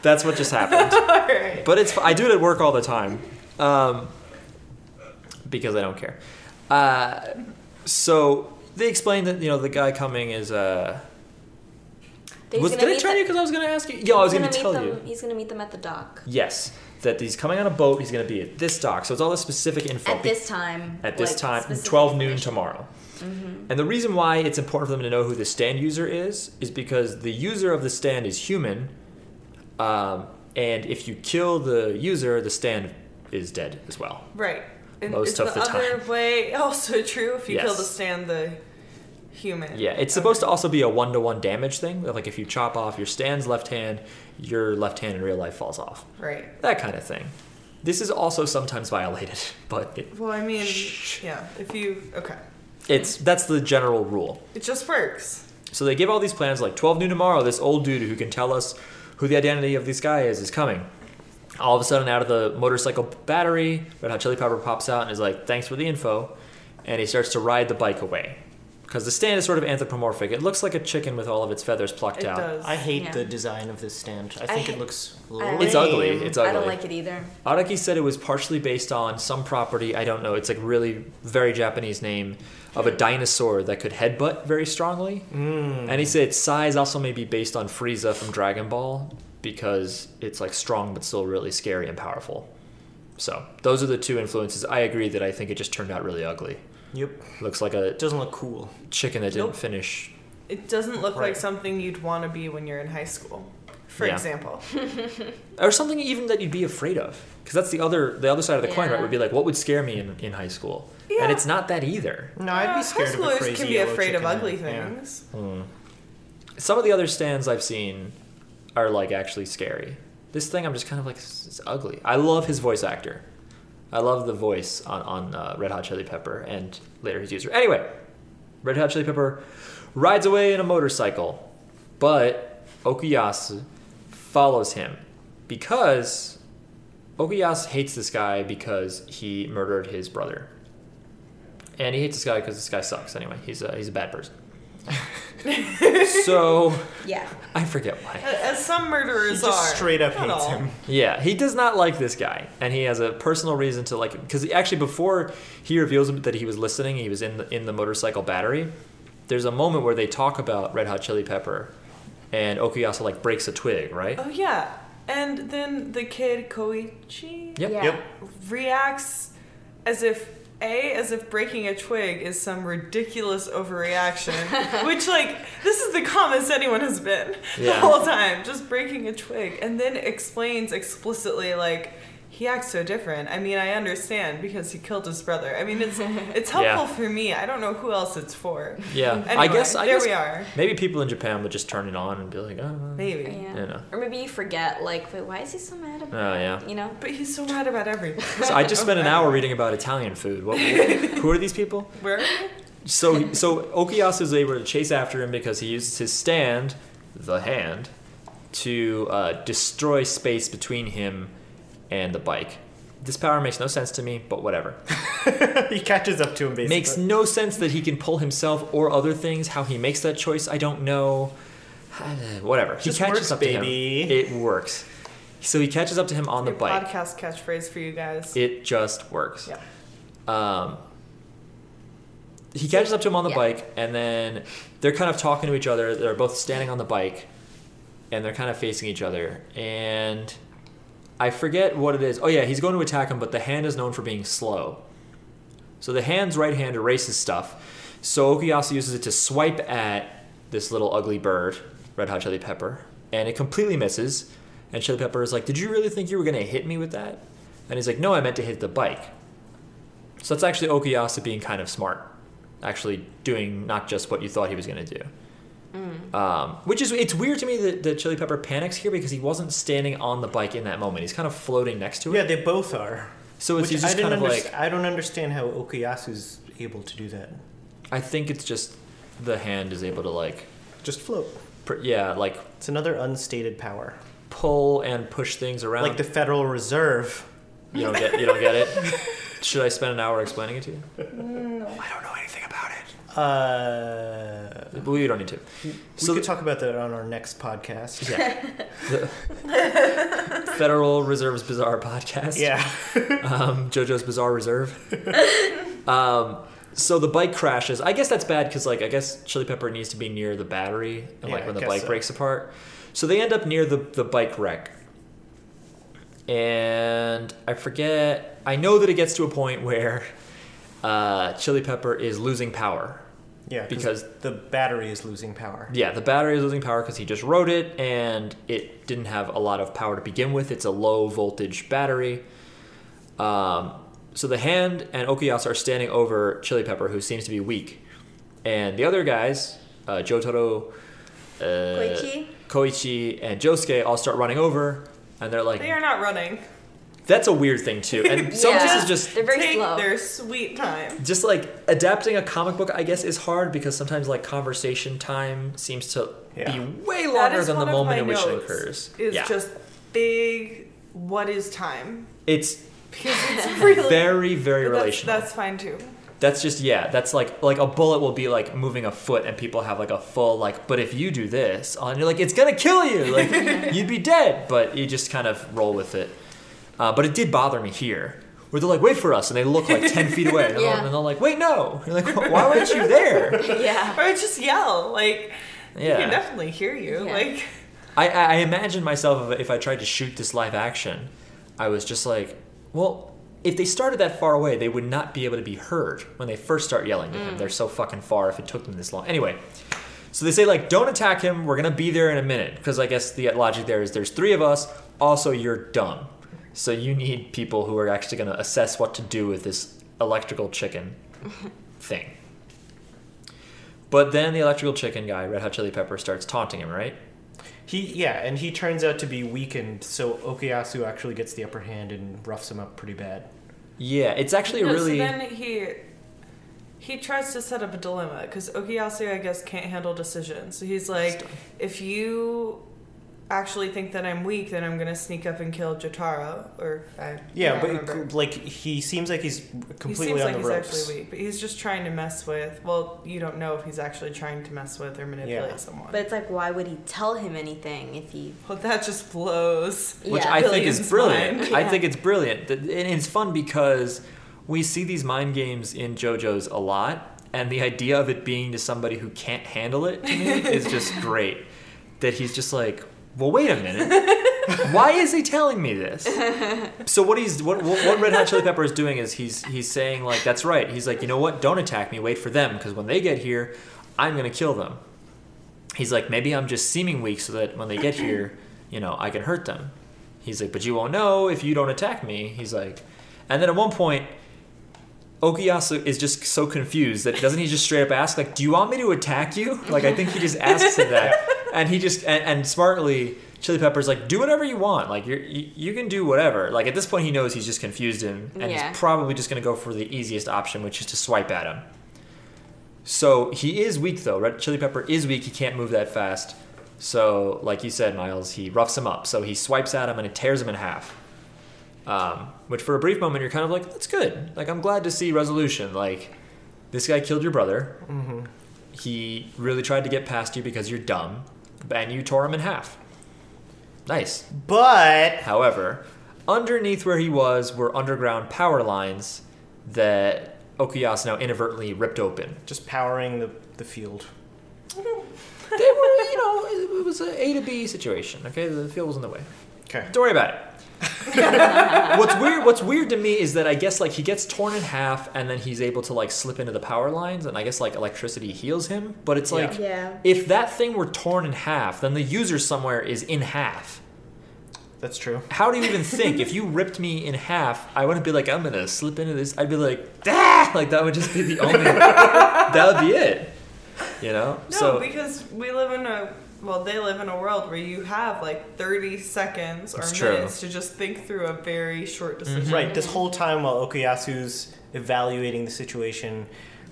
Speaker 3: That's what just happened.
Speaker 5: alright.
Speaker 3: But it's I do it at work all the time, um, because I don't care. Uh, so they explained that you know the guy coming is uh,
Speaker 4: He's
Speaker 3: was,
Speaker 4: gonna
Speaker 3: did I
Speaker 4: meet
Speaker 3: tell
Speaker 4: the-
Speaker 3: you? Because I was going to ask you. Yeah, I was
Speaker 4: he's
Speaker 3: going to tell
Speaker 4: meet
Speaker 3: you.
Speaker 4: them, He's gonna meet them at the dock
Speaker 3: Yes, that he's coming on a boat. He's going to be at this dock. So it's all the specific info.
Speaker 4: at this time.
Speaker 3: At this
Speaker 4: like,
Speaker 3: time,
Speaker 4: specific
Speaker 3: 12 noon
Speaker 4: information. Mm-hmm.
Speaker 3: tomorrow. And the reason why it's important for them to know who the stand user is is because the user of the stand is human, um, and if you kill the user, the stand is dead as well.
Speaker 5: Right. And
Speaker 3: Most
Speaker 5: is
Speaker 3: of the
Speaker 5: other
Speaker 3: time.
Speaker 5: way also true if you
Speaker 3: Yes.
Speaker 5: kill the stand the human.
Speaker 3: Yeah, it's supposed to also be a one to one damage thing. Like if you chop off your stand's left hand, your left hand in real life falls off.
Speaker 5: Right.
Speaker 3: That kind of thing. This is also sometimes violated, <laughs> but it,
Speaker 5: Well, I mean,
Speaker 3: Shh.
Speaker 5: yeah. If you okay,
Speaker 3: it's that's the general rule.
Speaker 5: it just works.
Speaker 3: So they give all these plans like 12 noon tomorrow, this old dude who can tell us who the identity of this guy is is coming. All of a sudden, out of the motorcycle battery, Red Hot Chili Pepper pops out and is like, thanks for the info. And he starts to ride the bike away. Because the stand is sort of anthropomorphic. It looks like a chicken with all of its feathers plucked
Speaker 5: It
Speaker 3: out.
Speaker 5: does.
Speaker 2: I hate
Speaker 4: Yeah.
Speaker 2: the design of this stand. I think
Speaker 4: ha-
Speaker 2: it looks
Speaker 4: I-
Speaker 2: lame.
Speaker 3: It's ugly. It's ugly.
Speaker 4: I don't like it either.
Speaker 3: Araki said it was partially based on some property, I don't know, it's like really very Japanese name of a dinosaur that could headbutt very strongly. Mm. And he said its size also may be based on Frieza from Dragon Ball because it's like strong but still really scary and powerful. So, those are the two influences. I agree that I think it just turned out really ugly.
Speaker 2: Yep.
Speaker 3: Looks like a
Speaker 2: It doesn't look cool.
Speaker 3: chicken that didn't
Speaker 5: Nope.
Speaker 3: finish.
Speaker 5: It doesn't look like
Speaker 2: Right.
Speaker 5: something you'd want to be when you're in high school, for
Speaker 2: <laughs>
Speaker 3: Yeah.
Speaker 5: example.
Speaker 3: Or something even that you'd be afraid of. Because that's the other the other side of the coin,
Speaker 4: Yeah.
Speaker 3: right? Would be like, what would scare me in, in high school?
Speaker 5: Yeah.
Speaker 3: And it's not that either.
Speaker 2: No, I'd
Speaker 5: Yeah,
Speaker 2: Uh, be scared
Speaker 5: high
Speaker 2: of
Speaker 5: schoolers
Speaker 2: a crazy
Speaker 5: can be
Speaker 2: yellow
Speaker 5: afraid of
Speaker 2: chicken.
Speaker 5: ugly
Speaker 2: Yeah.
Speaker 5: things.
Speaker 3: some of the other stands I've seen are like actually scary. This thing I'm just kind of like "This is ugly. I love his voice actor. I love the voice on on uh, Red Hot Chili Pepper and later his user. Anyway, Red Hot Chili Pepper rides away in a motorcycle, but Okuyasu follows him because Okuyasu hates this guy because he murdered his brother, and he hates this guy because this guy sucks. Anyway, he's a, he's a bad person. so
Speaker 4: Yeah.
Speaker 3: I forget why.
Speaker 5: A- As some
Speaker 2: He
Speaker 5: murderers are.
Speaker 2: just straight up
Speaker 5: Not
Speaker 2: hates
Speaker 5: all.
Speaker 2: him.
Speaker 3: Yeah, he does not like this guy, and he has a personal reason to like him. Because actually, before he reveals that he was listening, he was in the, in the motorcycle battery. There's a moment where they talk about Red Hot Chili Pepper, and Okuyasu like breaks a twig, right?
Speaker 5: Oh yeah, and then the kid Koichi
Speaker 3: Yep.
Speaker 4: Yeah.
Speaker 2: Yep.
Speaker 5: reacts as if A, as if breaking a twig is some ridiculous overreaction, which, like, this is the calmest anyone has been the
Speaker 3: Yeah.
Speaker 5: whole time, just breaking a twig. And then explains explicitly, like, he acts so different. I mean, I understand because he killed his brother. I mean, it's it's helpful
Speaker 3: Yeah.
Speaker 5: for me. I don't know who else it's for.
Speaker 3: Yeah, I
Speaker 5: Anyway,
Speaker 3: guess. I
Speaker 5: there
Speaker 3: guess
Speaker 5: we are.
Speaker 3: Maybe people in Japan would just turn it on and be like, oh,
Speaker 5: Maybe.
Speaker 4: Yeah.
Speaker 3: Yeah.
Speaker 4: Or maybe you forget, like, wait, why is he so mad about
Speaker 3: oh
Speaker 5: <laughs>
Speaker 3: yeah.
Speaker 4: You know?
Speaker 5: But he's so mad about everything.
Speaker 3: So I just
Speaker 5: <laughs>
Speaker 3: spent an hour reading about Italian food. What, who are these people?
Speaker 5: Where?
Speaker 3: So so Okuyasu is able to chase after him because he uses his stand, the hand, to uh, destroy space between him and the bike. This power makes no sense to me, but whatever.
Speaker 2: <laughs> he catches up to him basically.
Speaker 3: Makes no sense that he can pull himself or other things. How he makes that choice, I don't know. <sighs> Whatever. He
Speaker 2: Just
Speaker 3: catches
Speaker 2: works,
Speaker 3: up
Speaker 2: baby.
Speaker 3: to him. It works. So he catches up to him on the
Speaker 5: Your
Speaker 3: bike.
Speaker 5: podcast catchphrase for you guys.
Speaker 3: It just works.
Speaker 5: Yeah.
Speaker 3: Um, he catches up to him on the
Speaker 4: Yeah.
Speaker 3: bike, and then they're kind of talking to each other. They're both standing on the bike, and they're kind of facing each other. And I forget what it is. Oh, yeah, he's going to attack him, but the hand is known for being slow. So the hand's right hand erases stuff. So Okuyasu uses it to swipe at this little ugly bird, Red Hot Chili Pepper, and it completely misses. And Chili Pepper is like, Did you really think you were going to hit me with that? And he's like, No, I meant to hit the bike. So that's actually Okuyasu being kind of smart, actually doing not just what you thought he was going to do. Um, which is it's weird to me that, that Chili Pepper panics here because he wasn't standing on the bike in that moment. He's kind of floating next to it.
Speaker 2: Yeah, they both are.
Speaker 3: So it's
Speaker 2: Which
Speaker 3: he's
Speaker 2: I
Speaker 3: just
Speaker 2: didn't
Speaker 3: kind of
Speaker 2: underst-
Speaker 3: like
Speaker 2: I don't understand how Okuyasu's able to do that.
Speaker 3: I think it's just the hand is able to like
Speaker 2: Just float.
Speaker 3: pr- yeah like
Speaker 2: It's another unstated power.
Speaker 3: pull and push things around.
Speaker 2: Like the Federal Reserve.
Speaker 3: you don't get you don't get it. <laughs> Should I spend an hour explaining it to you? I don't know anything about it.
Speaker 2: Uh,
Speaker 3: But we don't need to.
Speaker 2: we could
Speaker 3: the-
Speaker 2: talk about that on our next podcast.
Speaker 3: Yeah.
Speaker 2: <laughs>
Speaker 3: The <laughs> Federal Reserve's Bizarre Podcast.
Speaker 2: Yeah.
Speaker 3: <laughs> Um, JoJo's
Speaker 2: <laughs>
Speaker 3: Bizarre Reserve. um, so the bike crashes. I guess that's bad because, like, I guess Chili Pepper needs to be near the battery, and
Speaker 2: Yeah,
Speaker 3: like when
Speaker 2: I
Speaker 3: the
Speaker 2: guess
Speaker 3: bike
Speaker 2: so.
Speaker 3: breaks apart. So they end up near the the bike wreck. And I forget. I know that it gets to a point <laughs> where uh, Chili Pepper is losing power.
Speaker 2: Yeah,
Speaker 3: Because-
Speaker 2: the battery is losing power.
Speaker 3: Yeah, the battery is losing power because he just rode it and it didn't have a lot of power to begin with. It's a low voltage battery. Um, so the hand and Okuyas are standing over Chili Pepper, who seems to be weak. And the other guys, uh, Jotaro, uh,
Speaker 4: Koichi?
Speaker 3: Koichi, and Josuke all start running over. And they're like,
Speaker 5: They are not running.
Speaker 3: that's a weird thing, too.
Speaker 4: <laughs>
Speaker 3: And some of this
Speaker 4: Yeah.
Speaker 3: is just
Speaker 4: They're very
Speaker 5: Take
Speaker 4: slow.
Speaker 5: their sweet time.
Speaker 3: just like adapting a comic book i guess is hard because sometimes like conversation time seems to
Speaker 2: Yeah.
Speaker 3: be way
Speaker 5: That
Speaker 3: longer
Speaker 5: is
Speaker 3: than the
Speaker 5: one of
Speaker 3: moment
Speaker 5: my
Speaker 3: in which it
Speaker 5: notes,
Speaker 3: occurs
Speaker 5: Is
Speaker 3: yeah.
Speaker 5: just big. What is time?
Speaker 3: it's
Speaker 5: Because it's <laughs> really
Speaker 3: very very
Speaker 5: but that's-
Speaker 3: relational
Speaker 5: That's,
Speaker 3: that's,
Speaker 5: fine too.
Speaker 3: just yeah that's like like a bullet will be like moving a foot and people have like a full like but if you do this and you're like it's gonna kill
Speaker 5: <laughs>
Speaker 3: you like you'd be dead but you just kind of roll with it uh, but it did bother me here where they're like wait for us and they look like 10 feet
Speaker 5: <laughs>
Speaker 3: away and,
Speaker 4: Yeah.
Speaker 3: they're, and they're like wait no you're like why weren't you there
Speaker 4: <laughs>
Speaker 3: <laughs>
Speaker 4: yeah.
Speaker 5: Or just yell. Like
Speaker 3: yeah
Speaker 5: we can definitely hear you.
Speaker 4: Yeah.
Speaker 5: Like
Speaker 3: I, I I imagine myself if- if I tried to shoot this live action, I was just like, well, if they started that far away, they would not be able to be heard when they first start yelling to him. They're so fucking far if it took them this long. Anyway, so they say, like, don't attack him. We're going to be there in a minute. Because I guess the logic there is there's three of us. Also, you're dumb. So you need people who are actually going to assess what to do with this electrical chicken thing. But then the electrical chicken guy, Red Hot Chili Pepper, starts taunting him, right?
Speaker 2: He yeah, and he turns out to be weakened, so Okuyasu actually gets the upper hand and roughs him up pretty bad.
Speaker 3: Yeah, it's actually
Speaker 5: no,
Speaker 3: really
Speaker 5: So then he he tries to set up a dilemma because Okuyasu, I guess, can't handle decisions. So he's like, if you actually think that I'm weak, then I'm gonna sneak up and kill Jotaro. Or I
Speaker 2: Yeah,
Speaker 5: I
Speaker 2: but
Speaker 5: don't remember.
Speaker 2: it- like he seems like he's completely
Speaker 5: he seems
Speaker 2: on
Speaker 5: like
Speaker 2: the ropes.
Speaker 5: he's actually weak, but he's just trying to mess with. Well, you don't know if he's actually trying to mess with or manipulate
Speaker 2: Yeah.
Speaker 5: someone.
Speaker 4: But it's like, why would he tell him anything if he.
Speaker 5: well, that just blows.
Speaker 3: which
Speaker 4: yeah.
Speaker 3: I think
Speaker 5: Brilliant's
Speaker 3: is brilliant.
Speaker 5: mind.
Speaker 3: I think it's brilliant, Th- and it's fun because we see these mind games in JoJo's a lot, and the idea of it being to somebody
Speaker 5: <laughs> <laughs>
Speaker 3: who can't handle it to me is just great. That he's just like, well, wait a minute. Why is he telling me this? So what he's what what what Red Hot Chili Pepper is doing is he's he's saying like that's right. He's like you know what? Don't attack me. Wait for them because when they get here, I'm gonna kill them. He's like maybe I'm just seeming weak so that when they get here, you know I can hurt them. He's like but you won't know if you don't attack me. He's like, and then at one point. Okuyasu is just so confused that doesn't he just straight up ask like, "Do you want me to attack you?" Like I think he just asks him that, and he just and, and smartly Chili Pepper's like, "Do whatever you want. Like you're, you you can do whatever." Like at this point, he knows he's just confused him, and
Speaker 4: Yeah.
Speaker 3: he's probably just gonna go for the easiest option, which is to swipe at him. So he is weak though. Red Chili Pepper is weak. He can't move that fast. So like you said, Miles, he roughs him up. So he swipes at him and it tears him in half um, which for a brief moment you're kind of like that's good like i'm glad to see resolution like this guy killed your brother mm-hmm. he really tried to get past you because you're dumb and you tore him in half nice
Speaker 2: But
Speaker 3: however underneath where he was were underground power lines that okuyasu now inadvertently ripped open
Speaker 2: just powering the, the field.
Speaker 3: they were you know it- it was a A to b situation okay the field was in the way
Speaker 2: Okay.
Speaker 3: Don't worry about it. <laughs> what's weird what's weird to me is that I guess like he gets torn in half and then he's able to like slip into the power lines and I guess like electricity heals him, but it's like
Speaker 4: Yeah.
Speaker 3: if that thing were torn in half, then the user somewhere is in half.
Speaker 2: That's true.
Speaker 3: How do you even think? if you ripped me in half, I wouldn't be like, I'm gonna slip into this. I'd be like, "Dah!" Like that would just be the only <laughs> that would be it. You know?
Speaker 5: <laughs> No,
Speaker 3: so
Speaker 5: because we live in a well, they live in a world where you have like 30 seconds or
Speaker 3: It's true. Mm-hmm.
Speaker 5: minutes to just think through a very short decision.
Speaker 2: Right, this whole time while Okuyasu's evaluating the situation,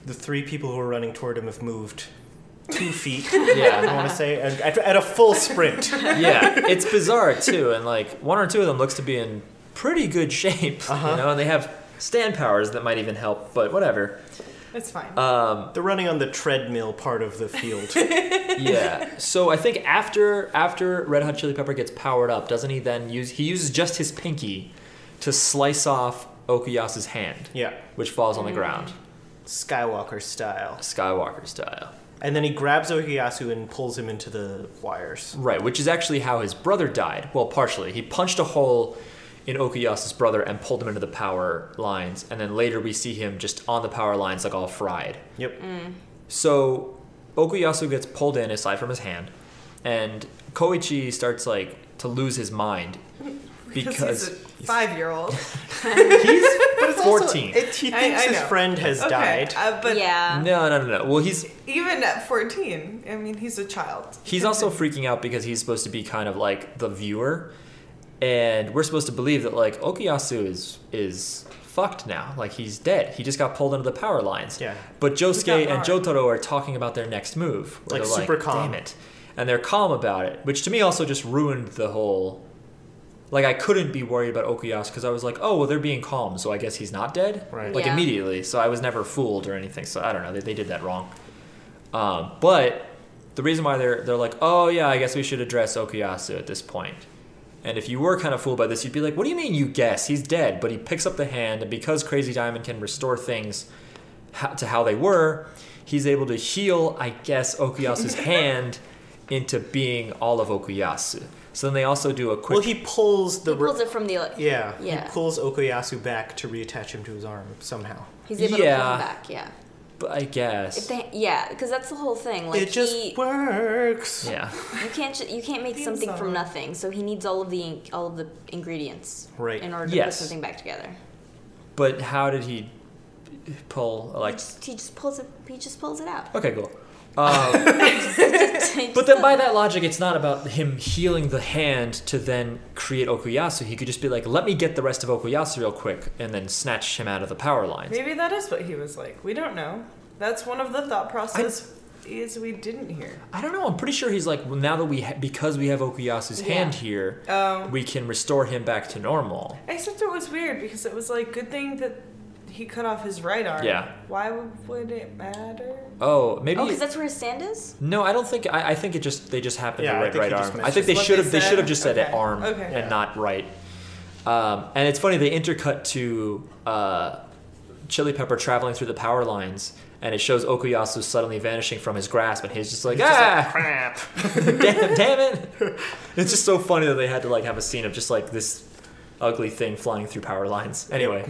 Speaker 2: the three people who were running toward him have moved
Speaker 4: <laughs>
Speaker 2: two feet, I
Speaker 3: yeah.
Speaker 2: want to say, at, at- at a full sprint.
Speaker 3: yeah, it's bizarre too, and like one or two of them looks to be in pretty good shape, you know, and they have stand powers that might even help, but whatever.
Speaker 5: It's fine.
Speaker 3: Um,
Speaker 2: They're running on the treadmill part of the field.
Speaker 4: <laughs>
Speaker 3: yeah. So I think after after Red Hot Chili Pepper gets powered up, doesn't he then use he uses just his pinky to slice off Okuyasu's hand,
Speaker 2: Yeah,
Speaker 3: which falls on the ground,
Speaker 2: Skywalker style.
Speaker 3: Skywalker style.
Speaker 2: And then he grabs Okuyasu and pulls him into the wires.
Speaker 3: Right, which is actually how his brother died. Well, partially. He punched a hole in Okuyasu's brother and pulled him into the power lines, and then later we see him just on the power lines, like all fried.
Speaker 2: Yep.
Speaker 4: Mm.
Speaker 3: So Okuyasu gets pulled in aside from his hand, and Koichi starts like to lose
Speaker 2: <laughs>
Speaker 3: his mind
Speaker 5: because
Speaker 3: because
Speaker 5: he's a five year
Speaker 2: <laughs>
Speaker 5: old.
Speaker 3: he's
Speaker 2: It's also-
Speaker 3: 14.
Speaker 2: it- he
Speaker 5: I-
Speaker 2: thinks
Speaker 5: I
Speaker 2: his
Speaker 5: know.
Speaker 2: friend has
Speaker 5: <laughs> Okay.
Speaker 2: died.
Speaker 5: Uh, but
Speaker 4: yeah.
Speaker 3: No, no, no, no. Well, he's
Speaker 5: even at 14, I mean, he's a child.
Speaker 3: He's also freaking out because he's supposed to be kind of like the viewer, and we're supposed to believe that like Okuyasu is is fucked now. Like he's dead. He just got pulled under the power lines.
Speaker 2: Yeah.
Speaker 3: But Josuke
Speaker 5: got
Speaker 3: and
Speaker 5: marred.
Speaker 3: Jotaro are talking about their next move. where
Speaker 2: Like,
Speaker 3: they're
Speaker 2: super calm.
Speaker 3: Damn it. And they're calm about it, which to me also just ruined the whole. Like I couldn't be worried about Okuyasu because I was like, oh well, they're being calm, so I guess he's not dead.
Speaker 2: Right.
Speaker 3: Like
Speaker 4: Yeah.
Speaker 3: immediately, so I was never fooled or anything. So I don't know. They, they did that wrong. Um, but the reason why they're they're like, oh yeah, I guess we should address Okuyasu at this point. And if you were kind of fooled by this, you'd be like, what do you mean you guess? He's dead. But he picks up the hand, and because Crazy Diamond can restore things ho- to how they were, he's able to heal, I guess, Okuyasu's hand into being all of Okuyasu. So then they also do a quick.
Speaker 2: Well, he pulls the.
Speaker 4: He pulls it from the. ele-
Speaker 2: yeah,
Speaker 4: Yeah.
Speaker 2: He pulls Okuyasu back to reattach him to his arm somehow.
Speaker 4: He's able to pull
Speaker 3: Yeah.
Speaker 4: him back. Yeah.
Speaker 3: I guess.
Speaker 4: If they, yeah, because that's the whole thing. Like
Speaker 2: it just
Speaker 4: he,
Speaker 2: works.
Speaker 3: yeah.
Speaker 4: you can't ju- you can't make
Speaker 5: Theme
Speaker 4: something
Speaker 5: song.
Speaker 4: from nothing. So he needs all of the in- all of the ingredients
Speaker 2: Right.
Speaker 4: in order to put
Speaker 3: Yes.
Speaker 4: something back together.
Speaker 3: But how did he pull, like.
Speaker 4: Just- he just pulls it. He just pulls it out.
Speaker 3: Okay,
Speaker 4: <laughs>
Speaker 3: cool. Um, But then by that logic, it's not about him healing the hand to then create Okuyasu. He could just be like, let me get the rest of Okuyasu real quick and then snatch him out of the power lines.
Speaker 5: Maybe that is what he was like. We don't know. That's one of the thought process is we didn't hear.
Speaker 3: I don't know. I'm pretty sure he's like, well, now that we, ha- because we have Okuyasu's
Speaker 4: Yeah.
Speaker 3: hand here,
Speaker 5: Um,
Speaker 3: we can restore him back to normal.
Speaker 5: except it was weird because it was like good thing that he cut off his right arm.
Speaker 3: Yeah.
Speaker 5: Why would, would it matter?
Speaker 3: Oh, maybe.
Speaker 4: Oh, because that's where his stand is.
Speaker 3: no, I don't think. I, I think it just they just happened
Speaker 2: Yeah,
Speaker 3: to
Speaker 2: I
Speaker 3: right,
Speaker 2: think
Speaker 3: right
Speaker 2: he just
Speaker 3: arm. I
Speaker 2: mentioned
Speaker 3: think they
Speaker 5: what
Speaker 3: should
Speaker 5: they
Speaker 3: have. They
Speaker 5: said.
Speaker 3: should have just said
Speaker 5: Okay.
Speaker 3: arm
Speaker 5: Okay.
Speaker 3: and not right. Um, and it's funny they intercut to uh, Chili Pepper traveling through the power lines, and it shows Okuyasu suddenly vanishing from his grasp, and he's just like,
Speaker 2: It's just
Speaker 3: ah,
Speaker 2: like, crap.
Speaker 3: <laughs> damn, damn it! It's just so funny that they had to like have a scene of just like this ugly thing flying through power lines.
Speaker 2: <laughs>
Speaker 3: Anyway,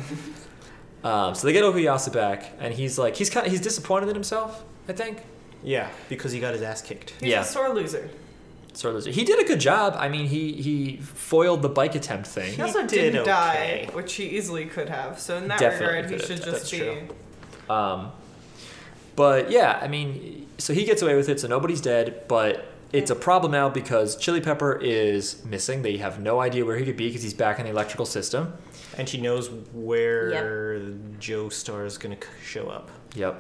Speaker 3: um, so they get Okuyasu back, and he's like, he's kind of he's disappointed in himself. I think.
Speaker 2: Yeah, because he got his ass kicked.
Speaker 5: He's
Speaker 3: Yeah.
Speaker 5: a sore loser.
Speaker 3: Sort of. He did a good job. I mean, he he foiled the bike attempt
Speaker 5: He
Speaker 3: thing.
Speaker 5: also
Speaker 2: did
Speaker 5: did not
Speaker 2: okay.
Speaker 5: die, which he easily could have. So in that
Speaker 3: Definitely
Speaker 5: regard, he
Speaker 3: could have.
Speaker 5: should just
Speaker 3: That's
Speaker 5: be.
Speaker 3: true. Um, but yeah, I mean, so he gets away with it, so nobody's dead, but it's a problem now because Chili Pepper is missing. They have no idea where he could be because he's back in the electrical system.
Speaker 2: And she knows where Joe Star is going to show up.
Speaker 3: Yep,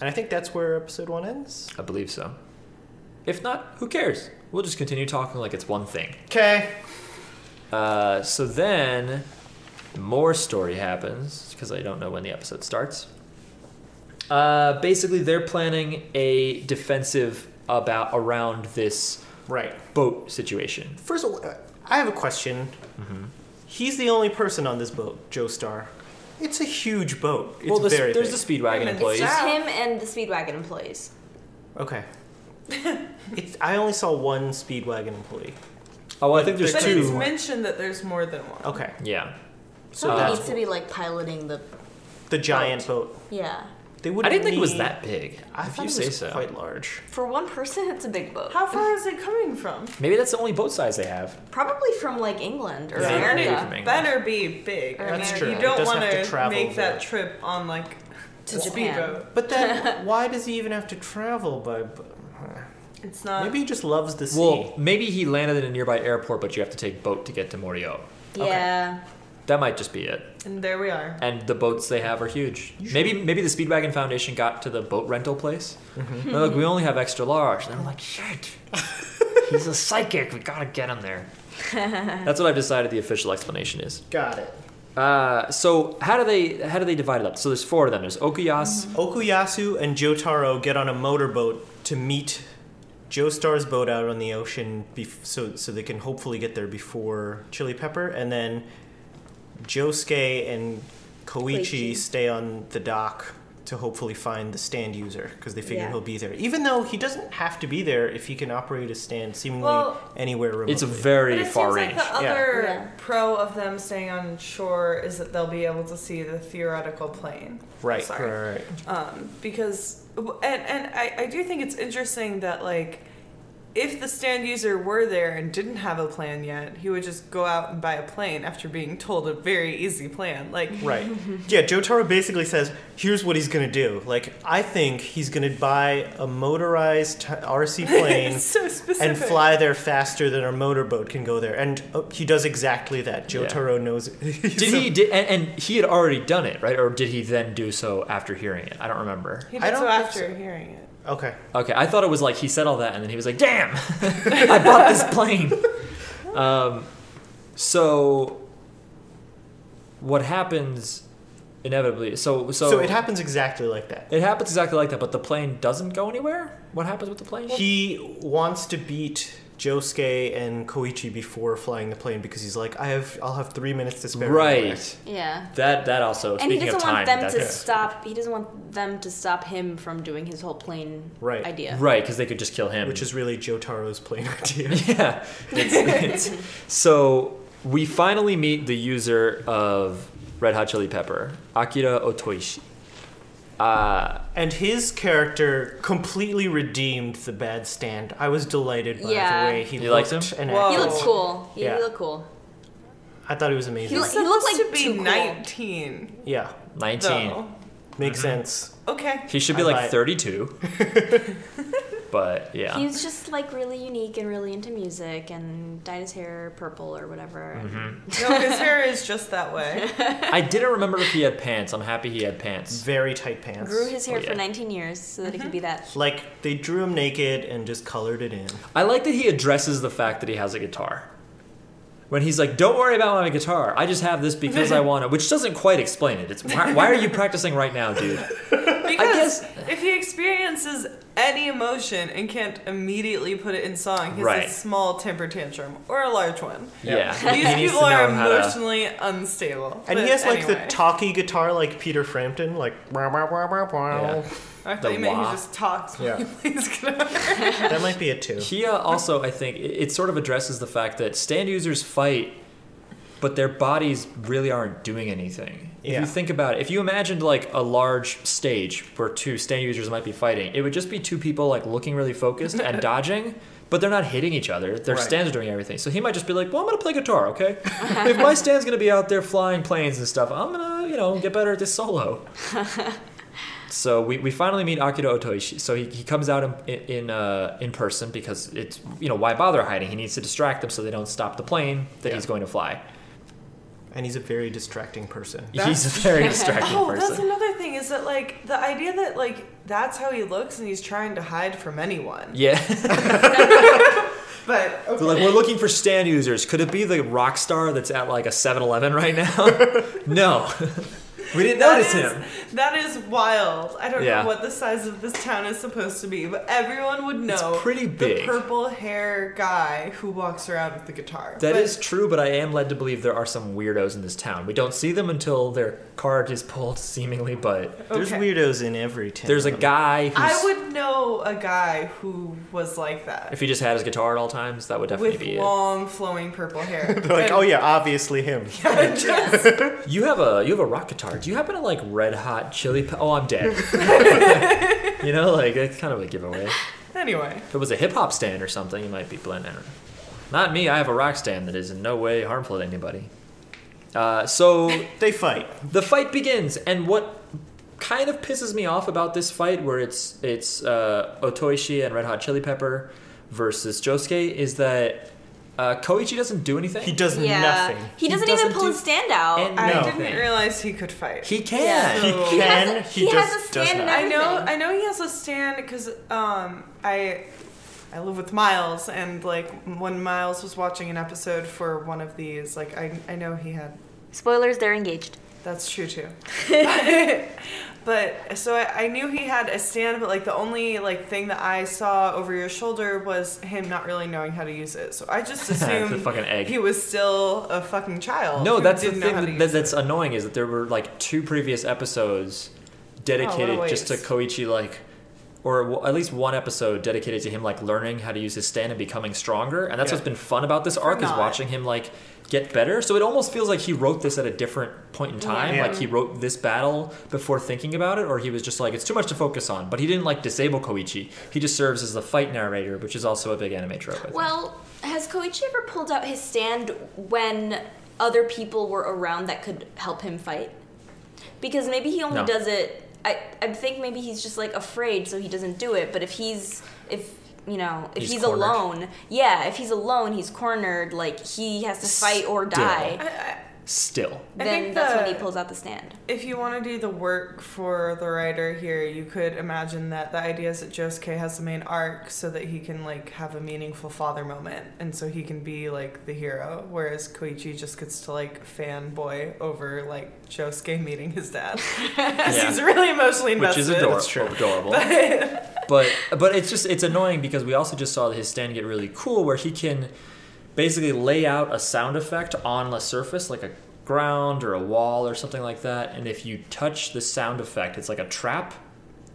Speaker 2: And I think that's where episode one ends.
Speaker 3: I believe so. If not, who cares? We'll just continue talking like it's one thing.
Speaker 2: Okay.
Speaker 3: Uh, so then, more story happens because I don't know when the episode starts. Uh, basically, they're planning a defensive about around this
Speaker 2: Right.
Speaker 3: boat situation.
Speaker 2: First of all, uh, I have a question.
Speaker 3: Mm-hmm.
Speaker 2: He's the only person on this boat, Joe Star. It's a huge boat. It's
Speaker 3: well, the,
Speaker 2: very
Speaker 3: there's
Speaker 2: big.
Speaker 3: the Speedwagon
Speaker 5: Wait a minute,
Speaker 3: employees.
Speaker 5: it's
Speaker 4: It's him and the Speedwagon employees.
Speaker 2: Okay. it's, I only saw one Speedwagon employee.
Speaker 3: Oh, well, I think
Speaker 5: But
Speaker 3: there's
Speaker 5: it's
Speaker 3: two.
Speaker 5: mentioned that there's more than one.
Speaker 2: Okay.
Speaker 3: Yeah.
Speaker 2: So
Speaker 4: Someone
Speaker 2: that's
Speaker 4: needs to be like piloting the.
Speaker 2: the giant boat.
Speaker 4: Yeah.
Speaker 2: They would.
Speaker 3: I didn't think it was that big.
Speaker 2: I
Speaker 3: if
Speaker 2: thought
Speaker 3: you
Speaker 2: it
Speaker 3: say
Speaker 2: was
Speaker 3: so.
Speaker 2: quite large.
Speaker 4: For one person, it's a big boat.
Speaker 5: How far is it coming from?
Speaker 3: Maybe that's the only boat size they have.
Speaker 4: Probably from like England or
Speaker 2: Yeah.
Speaker 3: Maybe from
Speaker 4: America.
Speaker 3: England.
Speaker 5: Better be big.
Speaker 4: Or That's
Speaker 5: I mean,
Speaker 4: true.
Speaker 5: You
Speaker 4: It
Speaker 5: don't
Speaker 2: does
Speaker 5: want
Speaker 2: have to
Speaker 5: to
Speaker 2: travel
Speaker 5: make
Speaker 2: the-
Speaker 5: that trip on like
Speaker 4: To
Speaker 5: a
Speaker 4: Japan.
Speaker 5: speedboat.
Speaker 2: But then, why does he even have to travel by? bo-
Speaker 5: It's not.
Speaker 2: Maybe he just loves the sea.
Speaker 3: Well, maybe he landed in a nearby airport, but you have to take boat to get to Morio.
Speaker 4: Yeah.
Speaker 3: That might just be it.
Speaker 5: And there we are.
Speaker 3: And the boats they have are huge. Maybe maybe the Speedwagon Foundation got to the boat rental place. They're like, we only have extra large. And they're like, shit. <laughs> He's a psychic. We gotta get him
Speaker 5: <laughs>
Speaker 3: there. That's what I've decided the official explanation is.
Speaker 2: got it.
Speaker 3: Uh, so how do they how do they divide it up? So there's four of them. There's Okuyas.
Speaker 5: Mm-hmm.
Speaker 2: Okuyasu and Jotaro get on a motorboat to meet Joestar's boat out on the ocean bef- so, so they can hopefully get there before Chili Pepper. And then Josuke and Koichi
Speaker 4: Koichi.
Speaker 2: stay on the dock to hopefully find the stand user because they figure
Speaker 4: Yeah.
Speaker 2: he'll be there. Even though he doesn't have to be there if he can operate a stand seemingly
Speaker 5: Well,
Speaker 2: anywhere remotely.
Speaker 3: It's a
Speaker 5: But
Speaker 3: very
Speaker 5: it
Speaker 3: far
Speaker 5: seems
Speaker 3: range.
Speaker 5: like the
Speaker 2: Yeah.
Speaker 5: other
Speaker 4: Yeah.
Speaker 5: pro of them staying on shore is that they'll be able to see the theoretical plane.
Speaker 2: right,
Speaker 5: Sorry.
Speaker 2: right, right.
Speaker 5: um, because and and I, I do think it's interesting that like if the stand user were there and didn't have a plan yet he would just go out and buy a plane after being told a very easy plan like
Speaker 2: Right. Yeah, Jotaro basically says, here's what he's going to do. Like, I think he's going to buy a motorized t- RC plane
Speaker 5: it's <laughs> so specific
Speaker 2: Mm. and fly there faster than our motorboat can go there. And uh, he does exactly that. Jotaro knows. <laughs>
Speaker 3: Did he did and, and he had already done it, right? Or did he then do so after hearing it? I don't remember.
Speaker 5: he
Speaker 2: I
Speaker 5: did
Speaker 2: don't
Speaker 5: so
Speaker 2: think
Speaker 5: after hearing it
Speaker 2: Okay.
Speaker 3: Okay, I thought it was like he said all that and then he was like, "Damn, <laughs> I bought this plane." Um, so what happens inevitably? So so,
Speaker 2: So, it happens exactly like that.
Speaker 3: it happens exactly like that, but the plane doesn't go anywhere. What happens with the plane?
Speaker 2: He wants to beat Josuke and Koichi before flying the plane because he's like, I have, I'll have three minutes to spare.
Speaker 3: right.
Speaker 4: Yeah.
Speaker 3: That that also.
Speaker 4: And he
Speaker 3: speaking
Speaker 4: doesn't
Speaker 3: of time,
Speaker 4: want them
Speaker 3: that-
Speaker 4: to stop. He doesn't want them to stop him from doing his whole plane
Speaker 2: Right.
Speaker 4: idea.
Speaker 3: Right, because they could just kill him.
Speaker 2: Which is really Jotaro's plane <laughs> idea.
Speaker 3: <laughs> Yeah. It's, it's, so we finally meet the user of Red Hot Chili Pepper, Akira Otoishi. Uh,
Speaker 2: And his character completely redeemed the bad stand. I was delighted by
Speaker 4: Yeah.
Speaker 2: the way he
Speaker 3: You liked
Speaker 2: looked.
Speaker 3: him?
Speaker 2: And
Speaker 5: Whoa.
Speaker 4: He
Speaker 2: acted.
Speaker 4: looks cool. Yeah,
Speaker 2: Yeah.
Speaker 4: he looked cool.
Speaker 2: I thought he was
Speaker 4: He
Speaker 2: amazing.
Speaker 4: lo-
Speaker 5: he's
Speaker 4: he looked
Speaker 5: supposed
Speaker 4: like
Speaker 5: to
Speaker 4: too
Speaker 5: be
Speaker 4: cool.
Speaker 5: 19
Speaker 2: yeah,
Speaker 3: 19.
Speaker 5: though.
Speaker 2: makes
Speaker 3: Mm-hmm.
Speaker 2: sense.
Speaker 5: okay
Speaker 3: He should be
Speaker 2: I
Speaker 3: like
Speaker 2: buy it.
Speaker 3: 32. but yeah.
Speaker 4: He was just like really unique and really into music and dyed his hair purple or whatever.
Speaker 3: Mm-hmm.
Speaker 5: no his hair is just that
Speaker 2: <laughs>
Speaker 5: way
Speaker 3: I didn't remember if he had pants. I'm happy he had pants.
Speaker 2: Very tight pants.
Speaker 4: Grew his hair
Speaker 3: Oh, yeah.
Speaker 4: for 19 years so that it could be that.
Speaker 2: like they drew him naked and just colored it in.
Speaker 3: I like that he addresses the fact that he has a guitar. When he's like, don't worry about my guitar. I just have this because
Speaker 5: <laughs>
Speaker 3: I want to, which doesn't quite explain it. It's why, why are you practicing right now, dude?
Speaker 5: because
Speaker 3: guess-
Speaker 5: if he experiences any emotion and can't immediately put it in song. He's
Speaker 3: Right.
Speaker 5: a small temper tantrum or a large one.
Speaker 3: Yeah.
Speaker 5: These
Speaker 3: <laughs> He needs
Speaker 5: people
Speaker 3: to know
Speaker 5: are
Speaker 3: how to-
Speaker 5: emotionally unstable.
Speaker 2: And
Speaker 5: But
Speaker 2: he has like
Speaker 5: anyway,
Speaker 2: the talky guitar, like Peter Frampton, like. wah, wah, wah, wah, wah.
Speaker 3: Yeah.
Speaker 5: I thought
Speaker 3: the
Speaker 5: you meant he
Speaker 3: wah.
Speaker 5: just talks when
Speaker 2: Yeah.
Speaker 5: he <laughs> plays guitar.
Speaker 2: That might be a two.
Speaker 3: Kia also, I think, it, it sort of addresses the fact that stand users fight, but their bodies really aren't doing anything. If
Speaker 2: Yeah.
Speaker 3: you think about it, if you imagined like a large stage where two stand users might be fighting, it would just be two people like looking really focused and dodging, but they're not hitting each other. Their
Speaker 2: Right.
Speaker 3: stands are doing everything. So he might just be like, "Well, I'm gonna play guitar,
Speaker 5: <laughs>
Speaker 3: okay? if my stand's gonna be out there flying planes and stuff, I'm gonna, you know, get better at
Speaker 5: <laughs>
Speaker 3: this solo." So we, we finally meet Akira Otoishi. So he, he comes out in in, uh, in person because it's you know why bother hiding? He needs to distract them so they don't stop the plane that
Speaker 2: Yeah.
Speaker 3: he's going to fly.
Speaker 2: And he's a very distracting person.
Speaker 5: That's-
Speaker 3: he's a
Speaker 5: <laughs>
Speaker 3: very distracting
Speaker 5: Oh, that's
Speaker 3: person.
Speaker 5: another thing is that like the idea that like that's how he looks and he's trying to hide from anyone.
Speaker 3: Yeah,
Speaker 5: But
Speaker 3: they're like we're looking for stand users. Could it be the rock star that's at like a 7-Eleven right
Speaker 5: <laughs>
Speaker 3: now? no, we didn't
Speaker 5: That
Speaker 3: notice
Speaker 5: is-
Speaker 3: him.
Speaker 5: That is wild. I don't
Speaker 3: Yeah.
Speaker 5: know what the size of this town is supposed to be, but everyone would know.
Speaker 3: pretty
Speaker 5: The
Speaker 3: big.
Speaker 5: purple hair guy who walks around with the guitar.
Speaker 3: That
Speaker 5: But
Speaker 3: is true, but I am led to believe there are some weirdos in this town. We don't see them until their card is pulled, seemingly, but
Speaker 2: There's
Speaker 5: Okay.
Speaker 2: weirdos in every town.
Speaker 3: there's a guy who's.
Speaker 5: I would know a guy who was like that
Speaker 3: If he just had his guitar at all times, that would definitely
Speaker 5: with
Speaker 3: be it.
Speaker 5: long flowing purple
Speaker 3: <laughs>
Speaker 5: hair.
Speaker 2: They're <laughs> like,
Speaker 5: And-
Speaker 2: oh yeah, obviously him.
Speaker 5: Just-
Speaker 3: You have a you have a rock guitar. Do you happen to like Red Hot Chili? Pa- oh,
Speaker 5: <laughs>
Speaker 3: I'm dead. you know, like it's kind of a giveaway.
Speaker 5: <laughs>
Speaker 3: If
Speaker 5: anyway,
Speaker 3: it was a hip hop stand or something, you might be blend. I don't know. Not me. I have a rock stand that is in no way harmful to anybody. Uh, so
Speaker 2: They fight.
Speaker 3: the fight begins, and what kind of pisses me off about this fight, where it's it's uh, Otoishi and Red Hot Chili Pepper versus Josuke, is that uh, Koichi doesn't do anything.
Speaker 2: He does
Speaker 4: yeah.
Speaker 2: nothing.
Speaker 4: He doesn't,
Speaker 3: doesn't
Speaker 4: even pull
Speaker 3: do
Speaker 4: his stand out.
Speaker 3: and-
Speaker 5: I
Speaker 2: No.
Speaker 5: didn't realize he could fight.
Speaker 3: He can.
Speaker 4: Yeah.
Speaker 2: He
Speaker 5: He
Speaker 2: can.
Speaker 4: has a-
Speaker 2: he
Speaker 4: he has
Speaker 2: just
Speaker 4: a
Speaker 2: does
Speaker 4: stand
Speaker 2: not.
Speaker 4: and
Speaker 5: I know,
Speaker 4: everything.
Speaker 5: I know he has a stand because um, I I live with Miles, and like when Miles was watching an episode for one of these, like I I know he had
Speaker 4: Spoilers, they're engaged.
Speaker 5: that's true
Speaker 3: <laughs>
Speaker 5: too. but so I, I knew he had a stand, but like the only like thing that I saw over your shoulder was him not really knowing how to use it. So I
Speaker 3: <laughs>
Speaker 5: just
Speaker 3: The
Speaker 5: assumed
Speaker 3: fucking egg.
Speaker 5: he was still a fucking child.
Speaker 3: No,
Speaker 5: who
Speaker 3: that's the
Speaker 5: Oh, didn't
Speaker 3: thing
Speaker 5: know how to
Speaker 3: that,
Speaker 5: use
Speaker 3: that- that's annoying is that there were like two previous episodes dedicated
Speaker 5: Oh, what a
Speaker 3: just to
Speaker 5: waste.
Speaker 3: Koichi like or w- at least one episode dedicated to him like learning how to use his stand and becoming stronger and that's
Speaker 2: Yeah.
Speaker 3: what's been fun about this arc is
Speaker 5: not.
Speaker 3: watching him like get better so it almost feels like he wrote this at a different point in time
Speaker 2: Yeah.
Speaker 3: like he wrote this battle before thinking about it or he was just like it's too much to focus on but he didn't like disable koichi he just serves as the fight narrator which is also a big anime trope I think.
Speaker 4: Well, has Koichi ever pulled out his stand when other people were around that could help him fight? Because maybe he only
Speaker 3: No.
Speaker 4: does it. I, I think maybe he's just like afraid, so he doesn't do it. But if he's if you know if
Speaker 3: He's
Speaker 4: he's,
Speaker 3: cornered.
Speaker 4: alone, yeah, if he's alone, he's cornered. Like he has to fight or
Speaker 3: Still.
Speaker 4: die.
Speaker 3: still
Speaker 5: I
Speaker 4: Then
Speaker 5: think
Speaker 4: that's when
Speaker 5: the-
Speaker 4: he pulls out the stand.
Speaker 5: If you want to do the work for the writer here, you could imagine that the idea is that Josuke has the main arc so that he can like have a meaningful father moment, and so he can be like the hero, whereas Koichi just gets to like fanboy over like Josuke meeting his dad. <laughs> 'Cause
Speaker 3: Yeah.
Speaker 5: He's really emotionally
Speaker 3: which
Speaker 5: invested.
Speaker 3: is adorable. adorable.
Speaker 2: <laughs>
Speaker 3: but but it's just it's annoying because we also just saw his stand get really cool where he can basically lay out a sound effect on a surface like a ground or a wall or something like that and if you touch the sound effect it's like a trap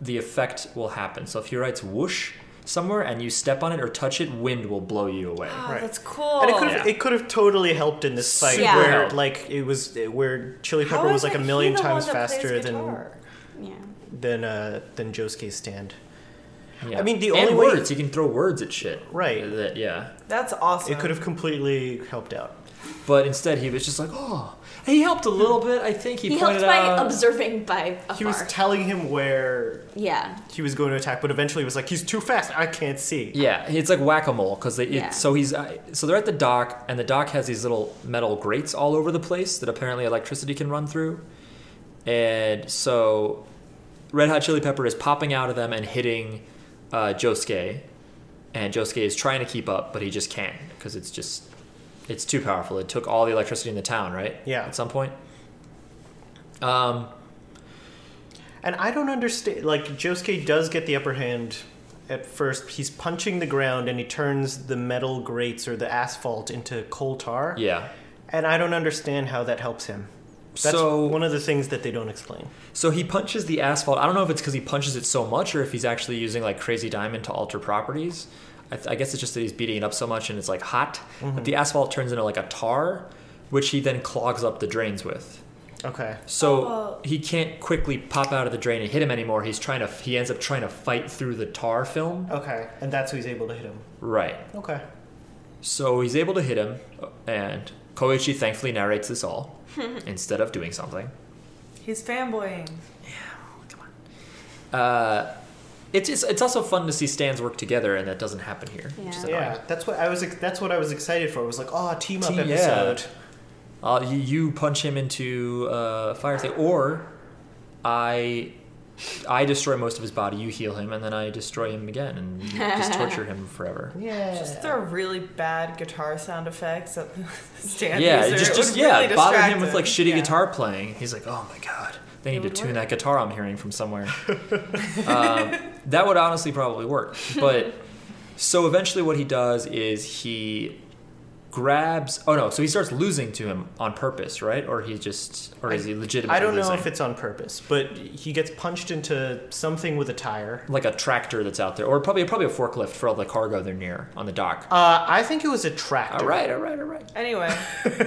Speaker 3: the effect will happen so if he writes whoosh somewhere and you step on it or touch it wind will blow you away
Speaker 5: Oh,
Speaker 2: Right.
Speaker 5: That's cool.
Speaker 2: And it could have
Speaker 3: Yeah.
Speaker 2: it could have totally helped in this fight
Speaker 3: Super
Speaker 4: Yeah.
Speaker 2: where
Speaker 3: helped.
Speaker 2: like it was where Chili
Speaker 5: How
Speaker 2: Pepper was
Speaker 5: is
Speaker 2: like a
Speaker 5: it he
Speaker 2: million
Speaker 5: the one
Speaker 2: times
Speaker 5: that plays
Speaker 2: faster than
Speaker 5: guitar?
Speaker 4: Yeah.
Speaker 2: than uh, than Josuke's stand.
Speaker 3: Yeah.
Speaker 2: I mean, the
Speaker 3: And
Speaker 2: only way-
Speaker 3: words he can throw words at shit
Speaker 2: Right.
Speaker 3: That- yeah
Speaker 5: That's awesome.
Speaker 2: It could have completely helped out.
Speaker 3: but instead he was just like oh he helped a little bit I think he,
Speaker 4: He, helped
Speaker 3: pointed
Speaker 4: by
Speaker 3: out
Speaker 4: observing by afar.
Speaker 2: He was telling him where
Speaker 4: yeah.
Speaker 2: he was going to attack, but eventually was like, "He's too fast. I can't see."
Speaker 3: Yeah, it's like whack a mole because they.
Speaker 4: Yeah.
Speaker 3: It, so he's uh, so they're at the dock, and the dock has these little metal grates all over the place that apparently electricity can run through, and so Red Hot Chili Pepper is popping out of them and hitting uh, Josuke, and Josuke is trying to keep up, but he just can't because it's just it's too powerful. It took all the electricity in the town, right?
Speaker 2: Yeah.
Speaker 3: At some point. Um.
Speaker 2: And I don't understand. Like Josuke does get the upper hand at first he's punching the ground and he turns the metal grates or the asphalt into coal tar.
Speaker 3: Yeah.
Speaker 2: And I don't understand how that helps him. That's
Speaker 3: So-
Speaker 2: one of the things that they don't explain.
Speaker 3: So he punches the asphalt. I don't know if it's because he punches it so much or if he's actually using like Crazy Diamond to alter properties. I, th- I guess it's just that he's beating it up so much and it's like hot that the asphalt turns into like a tar, which he then clogs up the drains with.
Speaker 2: Okay.
Speaker 3: So
Speaker 5: Oh.
Speaker 3: he can't quickly pop out of the drain and hit him anymore. He's trying to. He ends up trying to fight through the tar film.
Speaker 2: Okay. And that's who he's able to hit him.
Speaker 3: Right.
Speaker 2: Okay.
Speaker 3: So he's able to hit him, and Koichi thankfully narrates this all instead of doing something.
Speaker 5: He's fanboying.
Speaker 3: Oh, Uh, it's, it's it's also fun to see stands work together, and that doesn't happen here. Which is
Speaker 4: Yeah.
Speaker 3: annoying.
Speaker 2: Yeah, that's what I was. ex- That's what I was excited for. It was like, oh, team up
Speaker 3: Team- yeah.
Speaker 2: episode.
Speaker 3: Uh, you, you punch him into uh, fire thing, or I I destroy most of his body. You heal him, and then I destroy him again, and you just torture him forever.
Speaker 2: Yeah.
Speaker 5: Just throw really bad guitar sound effects at <laughs> the stand
Speaker 3: yeah,
Speaker 5: user.
Speaker 3: just
Speaker 5: It
Speaker 3: just
Speaker 5: would
Speaker 3: yeah,
Speaker 5: really
Speaker 3: bother
Speaker 5: distract
Speaker 3: him with like shitty
Speaker 5: Yeah.
Speaker 3: guitar playing. He's like, oh my god, they need to
Speaker 5: would
Speaker 3: tune
Speaker 5: work.
Speaker 3: that guitar I'm hearing
Speaker 2: <laughs>
Speaker 3: from somewhere. um, that would honestly probably work, but so eventually what he does is he grabs. Oh no, so he starts losing to him on purpose, right? Or he just, or is he legitimately?
Speaker 2: I don't know
Speaker 3: losing?
Speaker 2: if it's on purpose, but he gets punched into something with a tire.
Speaker 3: like a tractor that's out there, or probably probably a forklift for all the cargo they're near on the dock.
Speaker 2: Uh, I think it was a tractor.
Speaker 3: All right, all right, all right.
Speaker 5: Anyway,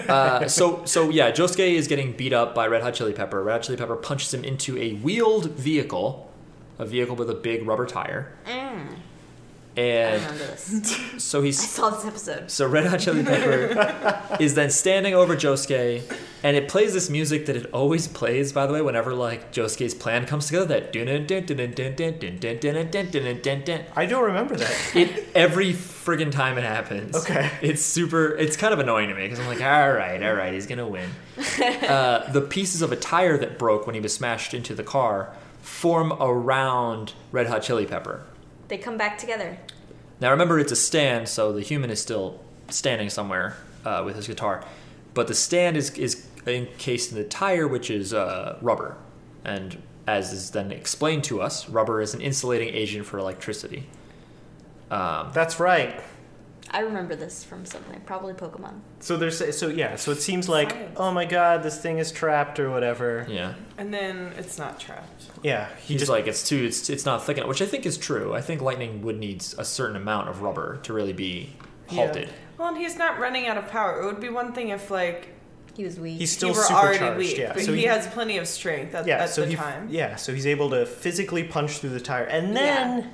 Speaker 3: Uh, so so yeah, Josuke is getting beat up by Red Hot Chili Pepper. Red Hot Chili Pepper punches him into a wheeled vehicle, a vehicle with a big rubber tire,
Speaker 4: I
Speaker 3: and
Speaker 4: remember this. <laughs>
Speaker 3: so
Speaker 4: I
Speaker 3: he's
Speaker 4: saw this episode.
Speaker 3: so Red Hot Chili Pepper is then standing over Josuke, and it plays this music that it always plays. By the way, whenever like Josuke's plan comes together, that dun dun dun dun dun dun dun dun dun dun dun dun dun.
Speaker 2: I don't remember that.
Speaker 3: <laughs> It every friggin' time it happens.
Speaker 2: Okay.
Speaker 3: It's super. It's kind of annoying to me because I'm like, all right, all right, he's gonna win. uh, the pieces of a tire that broke when he was smashed into the car form around Red Hot Chili Pepper.
Speaker 4: They come back together.
Speaker 3: Now remember, it's a stand, so the human is still standing somewhere uh, with his guitar, but the stand is is encased in the tire, which is uh, rubber, and as is then explained to us, rubber is an insulating agent for electricity. Um,
Speaker 2: that's right.
Speaker 4: I remember this from something, probably Pokemon.
Speaker 2: So there's so yeah. So it seems like
Speaker 5: Science.
Speaker 2: oh my god, this thing is trapped or whatever.
Speaker 3: Yeah,
Speaker 5: and then it's not trapped.
Speaker 2: Yeah.
Speaker 3: he's like it's too it's it's not thick enough, which I think is true. I think lightning would need a certain amount of rubber to really be
Speaker 2: Yeah.
Speaker 3: halted.
Speaker 5: Well, and he's not running out of power. It would be one thing if like
Speaker 4: He was weak.
Speaker 2: He's still
Speaker 5: he were
Speaker 2: supercharged.
Speaker 5: already weak,
Speaker 2: yeah.
Speaker 5: but
Speaker 2: so
Speaker 5: he, has plenty of strength at,
Speaker 2: yeah.
Speaker 5: at
Speaker 2: so
Speaker 5: the
Speaker 2: he
Speaker 5: time.
Speaker 2: yeah. So he's able to physically punch through the tire, and
Speaker 4: Yeah.
Speaker 2: then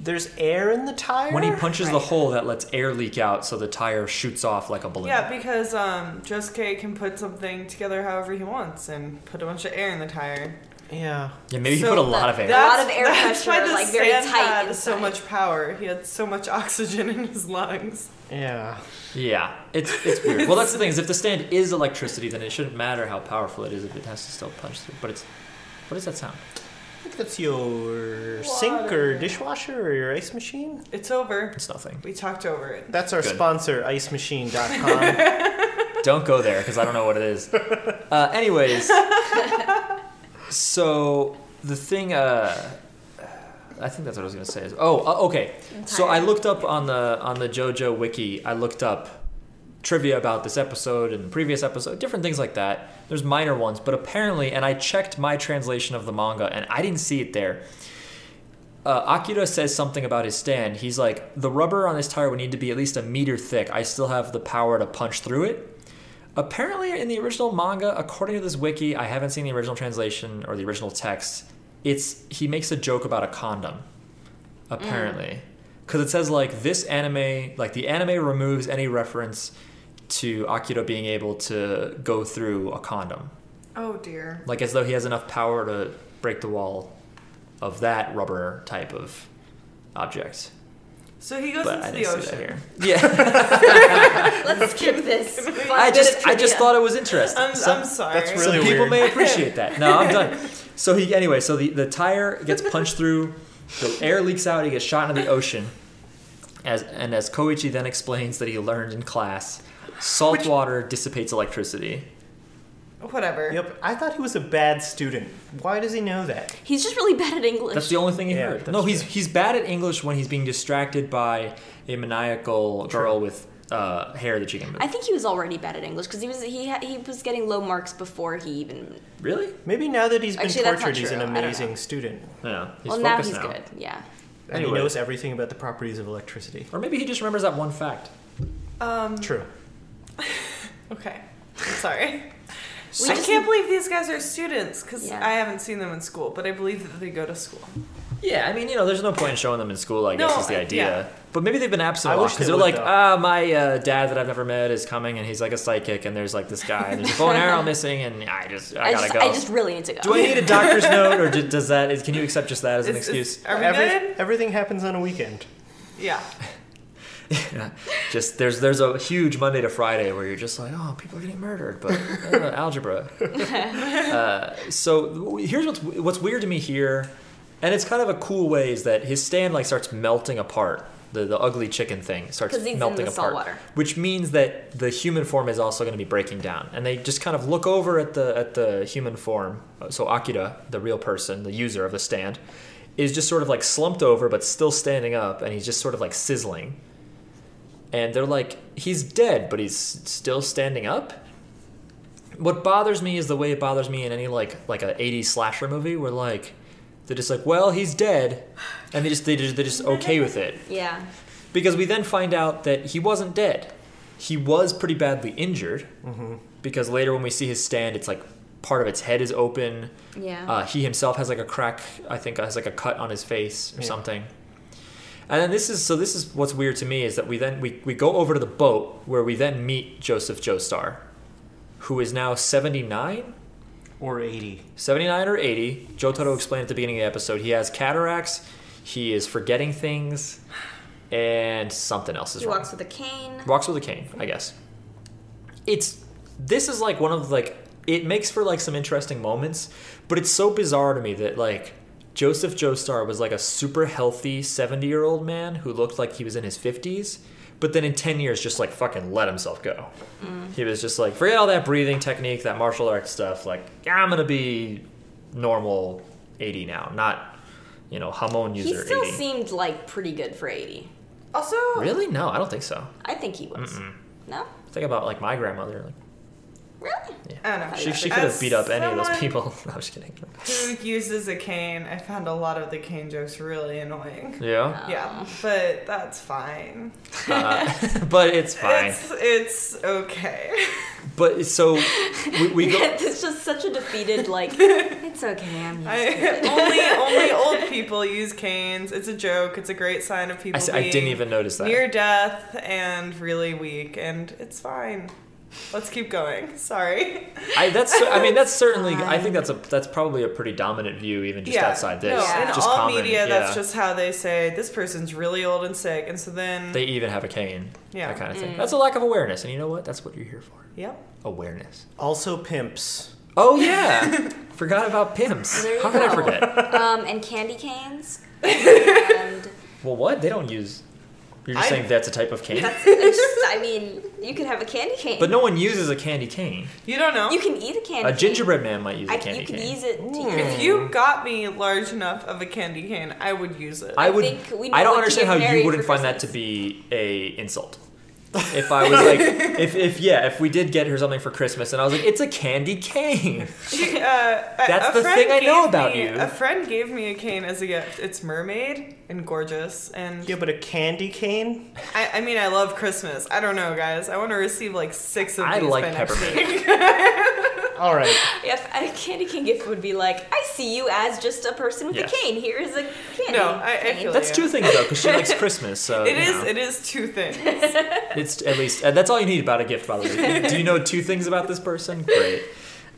Speaker 2: there's air in the tire.
Speaker 3: When he punches the
Speaker 4: Right.
Speaker 3: hole, that lets air leak out, so the tire shoots off like a balloon.
Speaker 5: Yeah, because um, Josuke can put something together however he wants and put a bunch of air in the tire.
Speaker 2: yeah.
Speaker 3: Yeah, maybe he
Speaker 5: So
Speaker 3: put a
Speaker 5: the-
Speaker 3: lot of air.
Speaker 4: that- lot of air
Speaker 5: that's
Speaker 4: pressure,
Speaker 5: why the
Speaker 4: like, very
Speaker 5: sand
Speaker 4: tight
Speaker 5: had so
Speaker 4: inside.
Speaker 5: much power. He had so much <laughs> oxygen in his lungs.
Speaker 2: Yeah.
Speaker 3: yeah, it's it's weird. well, that's the thing is if the stand is electricity, then it shouldn't matter how powerful it is if it has to still punch through. But it's what does that sound?
Speaker 2: I think that's your sink or dishwasher or your ice machine.
Speaker 5: It's over.
Speaker 3: It's nothing.
Speaker 5: We talked over it.
Speaker 2: That's our
Speaker 3: Good.
Speaker 2: sponsor,
Speaker 4: <laughs>
Speaker 2: icemachine.com.
Speaker 3: Don't go there because I don't know what it is. Uh, anyways, so the thing, uh, I think that's what I was gonna say. Is, oh, uh, okay. So I looked up on the on the JoJo wiki. I looked up trivia about this episode and previous episode, different things like that. There's minor ones, but apparently, and I checked my translation of the manga, and I didn't see it there. Uh, Akira says something about his stand. He's like, the rubber on this tire would need to be at least a meter thick. I still have the power to punch through it. Apparently, in the original manga, according to this wiki, I haven't seen the original translation or the original text. It's he makes a joke about a condom, apparently,
Speaker 5: Mm.
Speaker 3: because it says like this anime, like the anime removes any reference to Akira being able to go through a condom,
Speaker 5: Oh dear.
Speaker 3: like as though he has enough power to break the wall of that rubber type of object.
Speaker 5: So he goes
Speaker 3: But I
Speaker 5: into the
Speaker 3: didn't see that
Speaker 5: ocean.
Speaker 3: here.
Speaker 5: <laughs>
Speaker 3: Yeah,
Speaker 4: <laughs> Let's
Speaker 3: <laughs>
Speaker 4: skip this.
Speaker 3: I just I just thought it was interesting.
Speaker 5: I'm,
Speaker 3: Some-
Speaker 5: I'm sorry.
Speaker 2: that's really-
Speaker 3: Some people
Speaker 2: weird.
Speaker 3: may appreciate that. No, I'm done. So he anyway, so the, the tire gets punched through, the air leaks out, he gets shot into the ocean. As and as Koichi then explains that he learned in class, salt water dissipates electricity.
Speaker 5: Whatever.
Speaker 2: Yep, I thought he was a bad student. Why does he know that?
Speaker 4: He's just really bad at English.
Speaker 3: That's the only thing he
Speaker 2: Yeah,
Speaker 3: heard.
Speaker 2: that's
Speaker 3: No, he's
Speaker 2: true.
Speaker 3: he's bad at English when he's being distracted by a maniacal girl with uh, hair that she can move.
Speaker 4: I think he was already bad at English because he was he ha- he was getting low marks before he even.
Speaker 3: really?
Speaker 2: Maybe now that he's been
Speaker 4: Actually, that's not
Speaker 2: tortured, he's an
Speaker 4: true. I don't know.
Speaker 2: amazing student.
Speaker 3: Yeah. He's
Speaker 4: well, now
Speaker 3: focused
Speaker 4: he's good. Yeah.
Speaker 2: And
Speaker 3: Anyway.
Speaker 2: he knows everything about the properties of electricity.
Speaker 3: Or maybe he just remembers that one fact.
Speaker 5: Um,
Speaker 2: True.
Speaker 5: okay. I'm sorry.
Speaker 4: We
Speaker 5: I
Speaker 4: just-
Speaker 5: can't believe these guys are students because
Speaker 4: Yeah.
Speaker 5: I haven't seen them in school, but I believe that they go to school.
Speaker 3: Yeah, I mean, you know, there's no point in showing them in school, I guess,
Speaker 5: No,
Speaker 3: is the
Speaker 5: I-
Speaker 3: idea.
Speaker 5: yeah.
Speaker 3: But maybe they've been absent
Speaker 2: I
Speaker 3: a lot
Speaker 2: wish
Speaker 3: because
Speaker 2: they
Speaker 3: they're
Speaker 2: would,
Speaker 3: like,
Speaker 2: though.
Speaker 3: ah, my uh, dad that I've never met is coming and he's like a psychic and there's like this guy and there's a
Speaker 5: <laughs>
Speaker 3: bow and arrow missing and I just, I,
Speaker 4: I
Speaker 3: gotta
Speaker 4: just
Speaker 3: go.
Speaker 4: I just really need to go.
Speaker 3: Do I need
Speaker 5: <laughs>
Speaker 3: a doctor's note or d- does that, is, can you accept just that as an
Speaker 5: It's-
Speaker 3: excuse?
Speaker 5: it's- are we
Speaker 2: Every-
Speaker 5: good?
Speaker 2: everything happens on a weekend.
Speaker 5: Yeah.
Speaker 3: <laughs> just there's there's a huge Monday to Friday where you're just like, oh, people are getting murdered, but uh,
Speaker 4: <laughs>
Speaker 3: algebra. uh, so w- here's what's what's weird to me here, and it's kind of a cool way is that his stand like starts melting apart. The, the ugly chicken thing starts
Speaker 4: 'Cause he's in
Speaker 3: melting
Speaker 4: the
Speaker 3: apart,
Speaker 4: salt water.
Speaker 3: which means that the human form is also going to be breaking down. And they just kind of look over at the at the human form. Uh, So Akira, the real person, the user of the stand, is just sort of like slumped over, but still standing up, and he's just sort of like sizzling and they're like, he's dead, but he's still standing up. What bothers me is the way it bothers me in any like like a '80s slasher movie, where like they're just like, well, he's dead, and they just they just, they're just okay with it
Speaker 4: Yeah.
Speaker 3: because we then find out that he wasn't dead. He was pretty badly injured because later when we see his stand, it's like part of its head is open.
Speaker 4: Yeah.
Speaker 3: Uh, he himself has like a crack, I think, uh, has like a cut on his face or
Speaker 2: Yeah.
Speaker 3: something. And then this is so. This is what's weird to me is that we then we, we go over to the boat where we then meet Joseph Joestar, who is now seventy nine.
Speaker 2: Or 80.
Speaker 3: 79 or 80. Jotaro explained at the beginning of the episode he has cataracts, he is forgetting things, and something else is
Speaker 4: He
Speaker 3: wrong.
Speaker 4: walks with a cane.
Speaker 3: Walks with a cane, I guess. It's this is like one of like it makes for like some interesting moments, but it's so bizarre to me that like Joseph Joestar was like a super healthy 70 year old man who looked like he was in his 50s, but then in 10 years just like fucking let himself go.
Speaker 4: Mm.
Speaker 3: He was just like, forget all that breathing technique, that martial arts stuff. Like, yeah, I'm gonna be normal 80 now, not you know, hormone
Speaker 4: He
Speaker 3: user
Speaker 4: still
Speaker 3: 80.
Speaker 4: seemed like pretty good for 80.
Speaker 5: Also,
Speaker 3: really? No, I don't think so.
Speaker 4: I think he was. No?
Speaker 3: Think about like my grandmother. Like,
Speaker 4: Really?
Speaker 5: I don't know.
Speaker 3: She, she
Speaker 5: As
Speaker 3: could have beat up any of those
Speaker 5: someone
Speaker 3: people. <laughs> No, I'm just kidding.
Speaker 5: Who uses a cane? I found a lot of the cane jokes really annoying.
Speaker 3: Yeah,
Speaker 5: Yeah, but that's fine.
Speaker 3: uh, <laughs> but it's fine.
Speaker 5: It's it's okay.
Speaker 3: But so we, we go.
Speaker 4: <laughs>
Speaker 3: <laughs>
Speaker 4: it's just such a defeated, like, it's okay, I'm used
Speaker 5: I,
Speaker 4: to it.
Speaker 5: only only old people use canes. It's a joke. It's a great sign of
Speaker 3: I,
Speaker 5: people
Speaker 3: s- I
Speaker 5: being
Speaker 3: didn't even notice that.
Speaker 5: near death and really weak, and it's fine. Let's keep going. Sorry.
Speaker 3: I that's cer- I mean that's certainly I think that's a that's probably a pretty dominant view even just outside this.
Speaker 5: No,
Speaker 4: Yeah.
Speaker 5: in
Speaker 3: Just
Speaker 5: all
Speaker 3: common,
Speaker 5: media, that's
Speaker 3: yeah.
Speaker 5: just how they say this person's really old and sick, and so then
Speaker 3: they even have a cane.
Speaker 5: Yeah.
Speaker 3: that kind of thing. That's a lack of awareness, and you know what? That's what you're here for. <laughs>
Speaker 5: yep.
Speaker 3: Awareness.
Speaker 2: Also pimps.
Speaker 3: Oh yeah, <laughs> forgot about pimps.
Speaker 4: There you
Speaker 3: How could I
Speaker 4: go.
Speaker 3: forget?
Speaker 4: Um, and candy canes.
Speaker 5: <laughs>
Speaker 4: and
Speaker 3: Well, what they don't use. You're just
Speaker 5: I-
Speaker 3: saying that's a type of cane,
Speaker 4: that's, it's just, I mean, you could have a candy cane.
Speaker 3: but no one uses a candy cane.
Speaker 5: You don't know.
Speaker 4: You can eat a candy
Speaker 3: A
Speaker 4: cane.
Speaker 3: gingerbread man might use
Speaker 4: I,
Speaker 3: a
Speaker 4: you
Speaker 3: candy
Speaker 4: could
Speaker 3: cane.
Speaker 4: use it to
Speaker 5: if you got me large enough of a candy cane, I would use it.
Speaker 3: I would.
Speaker 4: think we know
Speaker 3: I don't
Speaker 4: what to
Speaker 3: understand
Speaker 4: get
Speaker 3: how
Speaker 4: married
Speaker 3: you wouldn't
Speaker 4: for
Speaker 3: find that to be a
Speaker 4: <laughs>
Speaker 3: insult. If I was like, if if yeah, if we did get her something for Christmas, and I was like, it's a
Speaker 4: <laughs>
Speaker 3: candy cane.
Speaker 5: She, uh, That's
Speaker 3: the thing I know about you.
Speaker 5: A friend gave me a cane as a gift. It's mermaid and gorgeous, and
Speaker 2: Yeah, but a candy cane?
Speaker 5: I, I mean, I love Christmas. I don't know, guys. I want to receive like six of
Speaker 3: I
Speaker 5: these.
Speaker 3: like
Speaker 5: by next
Speaker 3: peppermint.
Speaker 5: week.
Speaker 2: All right.
Speaker 4: <laughs> If a candy cane gift would be like, I see you as just a person with
Speaker 3: Yes.
Speaker 4: a cane. Here is a candy.
Speaker 5: No, I- I
Speaker 4: cane.
Speaker 5: feel
Speaker 3: That's
Speaker 5: Yeah.
Speaker 3: two things though, because she
Speaker 4: <laughs>
Speaker 3: likes Christmas. So
Speaker 5: <laughs> It
Speaker 3: you
Speaker 5: is.
Speaker 3: know.
Speaker 5: It is two things.
Speaker 3: It's at least and that's all you need about a gift, by the
Speaker 4: <laughs>
Speaker 3: way. Do you know two things about this person? Great.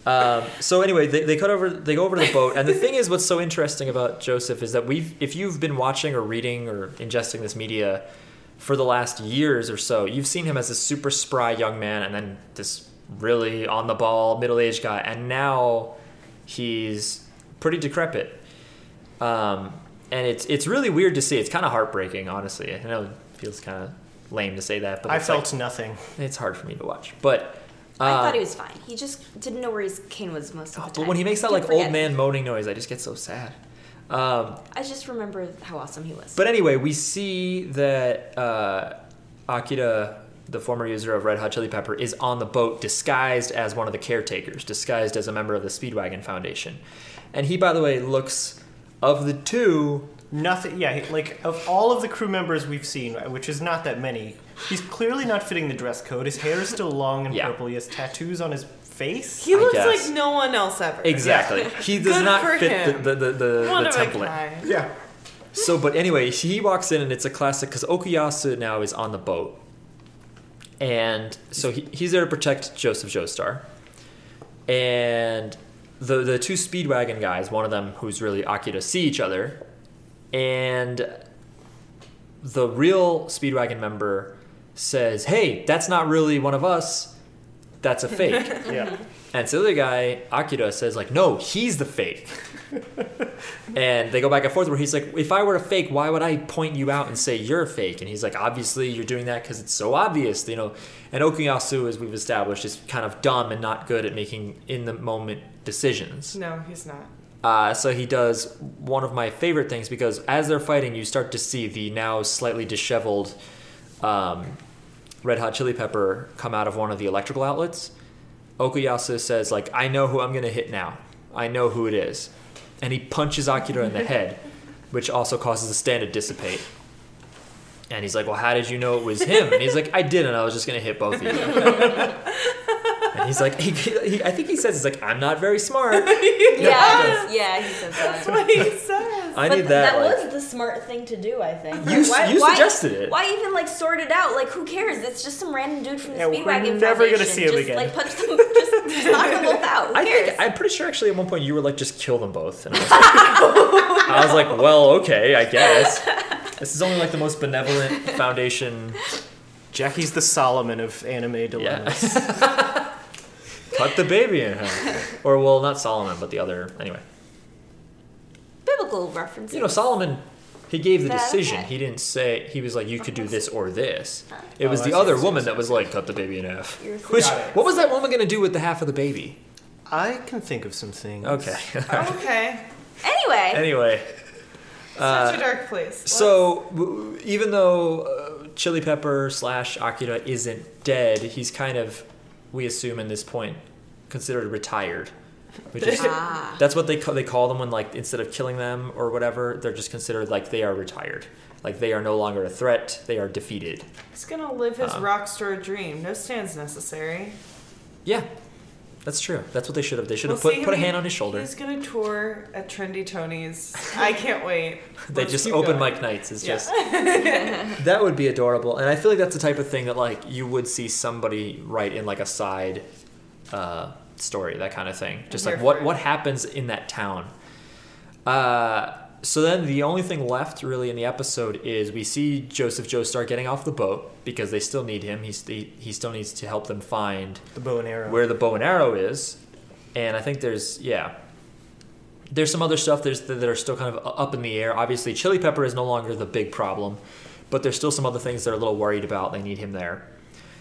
Speaker 3: Um, so anyway, they, they cut over. They go over to the boat, and the thing is, what's so interesting about Joseph is that we've, if you've been watching or reading or ingesting this media for the last years or so, you've seen him as this super spry young man, and then this really on the ball middle aged guy, and now he's pretty decrepit. Um, and it's it's really weird to see. It's kind of heartbreaking, honestly. I know it feels kind of lame to say that, but
Speaker 2: I
Speaker 3: it's like-
Speaker 2: felt nothing.
Speaker 3: it's hard for me to watch. But
Speaker 4: I
Speaker 3: Uh,
Speaker 4: thought he was fine. He just didn't know where his cane was most of the
Speaker 3: Oh,
Speaker 4: time.
Speaker 3: but when he makes that
Speaker 4: Did
Speaker 3: like old
Speaker 4: forget.
Speaker 3: man moaning noise, I just get so sad. Um,
Speaker 4: I just remember how awesome he was.
Speaker 3: But anyway, we see that uh, Akira, the former user of Red Hot Chili Pepper, is on the boat disguised as one of the caretakers, disguised as a member of the Speedwagon Foundation. And he, by the way, looks of the two.
Speaker 2: Nothing. Yeah, like of all of the crew members we've seen, uh, which is not that many, he's clearly not fitting the dress code. His hair is still long and
Speaker 3: Yeah.
Speaker 2: purple. He has tattoos on his face.
Speaker 5: He
Speaker 3: I
Speaker 5: looks
Speaker 3: guess.
Speaker 5: like no one else ever.
Speaker 3: Exactly. He does
Speaker 5: Good
Speaker 3: not
Speaker 5: for
Speaker 3: fit
Speaker 5: him.
Speaker 3: the, the, the, the,
Speaker 5: One
Speaker 3: the
Speaker 5: of a
Speaker 3: template.
Speaker 5: kind.
Speaker 2: Yeah.
Speaker 3: So, but anyway, he walks in and it's a classic because Okuyasu now is on the boat. And so he, he's there to protect Joseph Joestar. And the, the two Speedwagon guys, one of them who's really Akira, see each other. And the real Speedwagon member says, Hey, that's not really one of us. That's a fake. <laughs>
Speaker 2: Yeah.
Speaker 3: And so the other guy, Akira, says like, "No, he's the fake." and they go back and forth where he's like, "If I were a fake, why would I point you out and say you're a fake?" And he's like, "Obviously, you're doing that because it's so obvious, you know." And Okuyasu, as we've established, is kind of dumb and not good at making in the moment decisions.
Speaker 5: No, he's not. <laughs>
Speaker 3: Uh, so he does one of my favorite things because as they're fighting, you start to see the now slightly disheveled um, Red Hot Chili Pepper come out of one of the electrical outlets. Okuyasu says, "Like I know who I'm gonna hit now. I know who it is," and he punches Akira
Speaker 4: <laughs>
Speaker 3: in the head, which also causes the stand to dissipate. And he's like, "Well, how did you know it was him?" And he's like, "I didn't. I was just gonna hit both
Speaker 4: <laughs>
Speaker 3: of you." and he's like, <laughs> he, he, "I think he says he's like I'm not
Speaker 4: <laughs>
Speaker 3: very smart."
Speaker 4: yeah, yeah, he says that.
Speaker 5: That's what he says.
Speaker 3: I
Speaker 4: but
Speaker 3: need
Speaker 4: th-
Speaker 3: that. like-
Speaker 4: was the smart thing to do, I think.
Speaker 3: You s- you suggested it.
Speaker 4: Why even like sort it out? Like, who cares? It's just some random dude from the
Speaker 2: Yeah, we're
Speaker 4: Speedwagon.
Speaker 2: never gonna
Speaker 4: Foundation.
Speaker 2: see him
Speaker 4: just,
Speaker 2: again.
Speaker 4: Like, punch them, just,
Speaker 3: <laughs>
Speaker 4: just knock them both out. Who
Speaker 3: I
Speaker 4: cares?
Speaker 3: think I'm pretty sure actually at one point you were like just kill them both. And I was like,
Speaker 2: <laughs>
Speaker 3: I was like, well, okay, I guess. This is only like the most benevolent foundation.
Speaker 2: Jackie's the Solomon of anime <laughs> dilemmas.
Speaker 3: Cut the baby in half. Or well, not Solomon, but the other. Anyway,
Speaker 4: Biblical references.
Speaker 3: you know Solomon, he gave the
Speaker 4: That-
Speaker 3: decision. He didn't say he was like you could do this or this. It
Speaker 2: Oh,
Speaker 3: was
Speaker 2: I
Speaker 3: the
Speaker 2: see, I
Speaker 3: other
Speaker 2: see, I
Speaker 3: woman
Speaker 2: see.
Speaker 3: that was like cut the baby in half.
Speaker 4: You're-
Speaker 3: Which
Speaker 2: Got it.
Speaker 3: what was that woman gonna do with the half of the baby?
Speaker 2: I can think of some things.
Speaker 3: Okay.
Speaker 5: okay.
Speaker 4: Anyway,
Speaker 3: <laughs> anyway.
Speaker 5: Such a dark place. What?
Speaker 3: Uh, So w- even though uh, Chili Pepper slash Akira isn't dead, he's kind of, we assume in this point, considered retired. Which
Speaker 5: <laughs>
Speaker 3: is,
Speaker 4: Ah.
Speaker 3: that's what they ca- they call them when like instead of killing them or whatever, they're just considered like they are retired, like they are no longer a threat. They are defeated.
Speaker 5: he's gonna live
Speaker 3: uh,
Speaker 5: his rock star dream. No stands necessary.
Speaker 3: Yeah, that's true. That's what they should have. They should
Speaker 5: We'll
Speaker 3: have
Speaker 5: see
Speaker 3: put
Speaker 5: him
Speaker 3: put a
Speaker 5: again.
Speaker 3: hand on his shoulder.
Speaker 5: He's gonna tour at Trendy Tony's. I can't wait.
Speaker 3: <laughs>
Speaker 5: <laughs>
Speaker 3: They
Speaker 5: Let's
Speaker 3: just
Speaker 5: keep
Speaker 3: open
Speaker 5: going.
Speaker 3: mic nights. It's
Speaker 5: Yeah. <laughs>
Speaker 3: just that would be adorable, and I feel like that's the type of thing that like you would see somebody write in like a side uh, story, that kind of thing. Just like
Speaker 5: here
Speaker 3: what
Speaker 5: for it.
Speaker 3: what happens in that town. Uh, so then the only thing left really in the episode is we see Joseph Joestar getting off the boat because they still need him. He's, he he still needs to help them find
Speaker 2: The bow and arrow.
Speaker 3: where the bow and arrow is, and I think there's yeah, there's some other stuff there's that are still kind of up in the air. Obviously, Chili Pepper is no longer the big problem, but there's still some other things they're a little worried about. They need him there,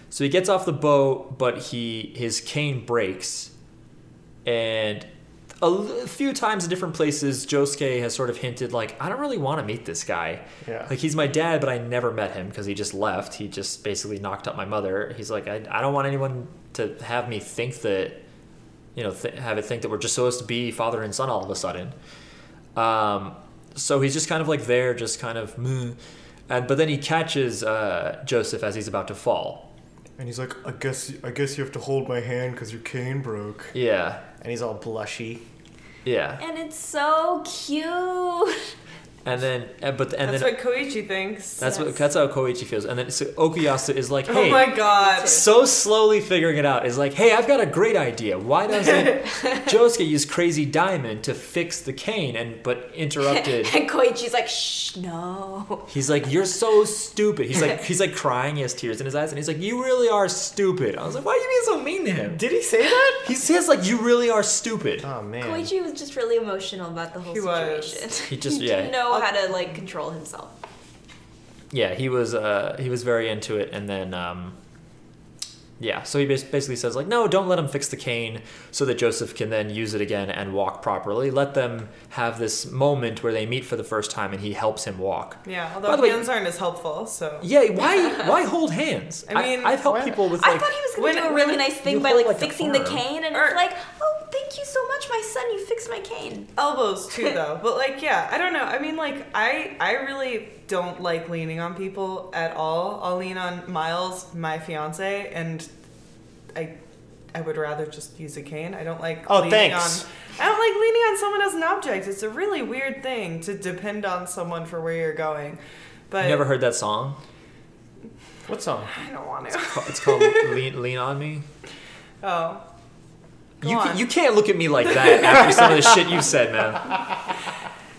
Speaker 3: so he gets off the boat, but he his cane breaks, and. A l- few times in different places, Josuke has sort of hinted, like, I don't really want to meet this guy.
Speaker 2: Yeah.
Speaker 3: Like, he's my dad, but I never met him because he just left. He just basically knocked up my mother. He's like, I, I don't want anyone to have me think that, you know, th- have it think that we're just supposed to be father and son all of a sudden. Um, so he's just kind of like there, just kind of, "Meh." and but then he catches uh, Joseph as he's about to fall.
Speaker 2: and he's like, I guess, I guess you have to hold my hand because your cane broke.
Speaker 3: Yeah,
Speaker 2: And he's all blushy.
Speaker 3: yeah,
Speaker 4: and it's so cute. <laughs>
Speaker 3: and then and, but and
Speaker 5: That's
Speaker 3: then
Speaker 5: what Koichi thinks.
Speaker 3: that's what
Speaker 4: yes.
Speaker 3: that's how Koichi feels, and then so Okuyasu is like, hey.
Speaker 5: Oh my god.
Speaker 3: so slowly figuring it out is like, hey, I've got a great idea.
Speaker 5: <laughs>
Speaker 3: Why doesn't Josuke use Crazy Diamond to fix the cane? And but
Speaker 5: <laughs>
Speaker 3: interrupted.
Speaker 4: and Koichi's like, shh, no.
Speaker 3: He's like, you're so stupid. He's like, he's like crying. He has tears in his eyes, and he's like, you really are stupid. I was like, why are you being so mean to him?
Speaker 2: Did he say that?
Speaker 3: He says like, you really are stupid.
Speaker 2: Oh man.
Speaker 4: Koichi was just really emotional about the whole
Speaker 5: He was.
Speaker 4: situation. <laughs>
Speaker 3: He just
Speaker 4: He didn't
Speaker 3: yeah
Speaker 4: know how to like control himself.
Speaker 3: yeah he was uh he was very into it, and then um Yeah, so he bas- basically says like, no, don't let him fix the cane, so that Joseph can then use it again and walk properly. Let them have this moment where they meet for the first time, and he helps him walk.
Speaker 5: Yeah,
Speaker 3: By
Speaker 5: although
Speaker 3: the way-
Speaker 5: hands aren't as helpful, so.
Speaker 3: Yeah,
Speaker 5: <laughs>
Speaker 3: why why hold hands?
Speaker 5: I mean,
Speaker 3: I've helped
Speaker 2: why-
Speaker 3: people with
Speaker 4: I
Speaker 3: like
Speaker 4: thought he was
Speaker 5: when-
Speaker 4: going to do a
Speaker 5: when
Speaker 4: really
Speaker 5: it-
Speaker 4: nice
Speaker 3: you
Speaker 4: thing by
Speaker 3: hold
Speaker 4: like,
Speaker 3: like a
Speaker 4: fixing the
Speaker 3: farm.
Speaker 4: cane, and
Speaker 5: Or-
Speaker 4: it's like, oh, thank you so much, my son, you fixed my cane.
Speaker 5: elbows
Speaker 3: <laughs>
Speaker 5: too though but like yeah i don't know i mean like i i really don't like leaning on people at all i'll lean on miles my fiance and i i would rather just use a cane i don't like
Speaker 2: Oh,
Speaker 5: leaning
Speaker 2: thanks.
Speaker 5: on i don't like leaning on someone as an object it's a really weird thing to depend on someone for where you're going but
Speaker 3: you never heard that song.
Speaker 2: What song?
Speaker 5: i don't want to <laughs>
Speaker 3: It's called Lean, Lean on Me.
Speaker 5: oh Go
Speaker 3: you, ca-
Speaker 5: on.
Speaker 3: you can't look at me like
Speaker 5: <laughs>
Speaker 3: that after some of the shit you've said, man.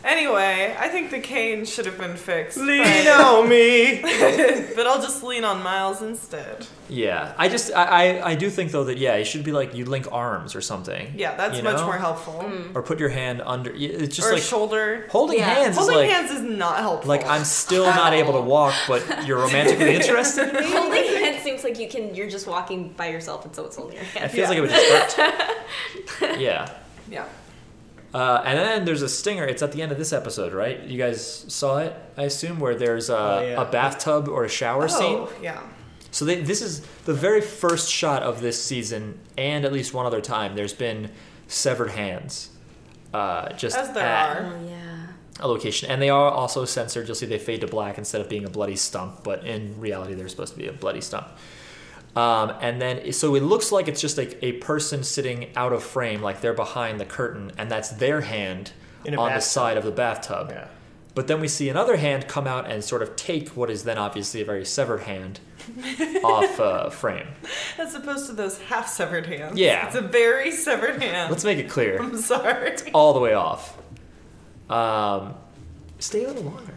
Speaker 5: anyway i think the cane should have been fixed
Speaker 2: Lean on me.
Speaker 5: but, but i'll just lean on miles instead
Speaker 3: Yeah, I just I, I I do think though that yeah, it should be like you link arms or something.
Speaker 5: yeah that's
Speaker 3: you
Speaker 5: much
Speaker 3: know?
Speaker 5: more helpful
Speaker 3: Or put your hand under. y- It's just
Speaker 5: or
Speaker 3: like
Speaker 5: shoulder
Speaker 3: holding
Speaker 4: Yeah.
Speaker 3: hands
Speaker 5: Holding
Speaker 3: is like
Speaker 5: hands is not helpful.
Speaker 3: like I'm still not able to walk,
Speaker 5: <laughs>
Speaker 3: but you're romantically interested
Speaker 4: <laughs>
Speaker 3: in me.
Speaker 4: Holding hands seems like you can. You're just walking by yourself, and so it's holding your
Speaker 3: It
Speaker 4: hand.
Speaker 3: feels like it would
Speaker 5: <laughs>
Speaker 3: just hurt. Yeah.
Speaker 5: Yeah.
Speaker 3: Uh, and then there's a stinger. It's at the end of this episode, right? You guys saw it, I assume, where there's a,
Speaker 2: Oh, yeah.
Speaker 3: a bathtub or a shower scene.
Speaker 5: Oh, yeah.
Speaker 3: So they, this is the very first shot of this season, and at least one other time, there's been severed hands. Uh, just
Speaker 5: As there
Speaker 3: at
Speaker 5: are.
Speaker 4: Oh yeah.
Speaker 3: a location, and they are also censored. You'll see they fade to black instead of being a bloody stump, but in reality, they're supposed to be a bloody stump. Um, and then, so it looks like it's just like a person sitting out of frame, like they're behind the curtain, and that's their hand
Speaker 2: In a
Speaker 3: on the
Speaker 2: bathtub.
Speaker 3: side of the bathtub.
Speaker 2: Yeah.
Speaker 3: But then we see another hand come out and sort of take what is then obviously a very severed
Speaker 2: <laughs>
Speaker 3: hand off uh, frame.
Speaker 5: As opposed to those half severed hands.
Speaker 3: Yeah.
Speaker 5: It's a very severed hand.
Speaker 3: Let's make it clear,
Speaker 5: <laughs> I'm sorry.
Speaker 3: all the way off. Um, stay a little longer.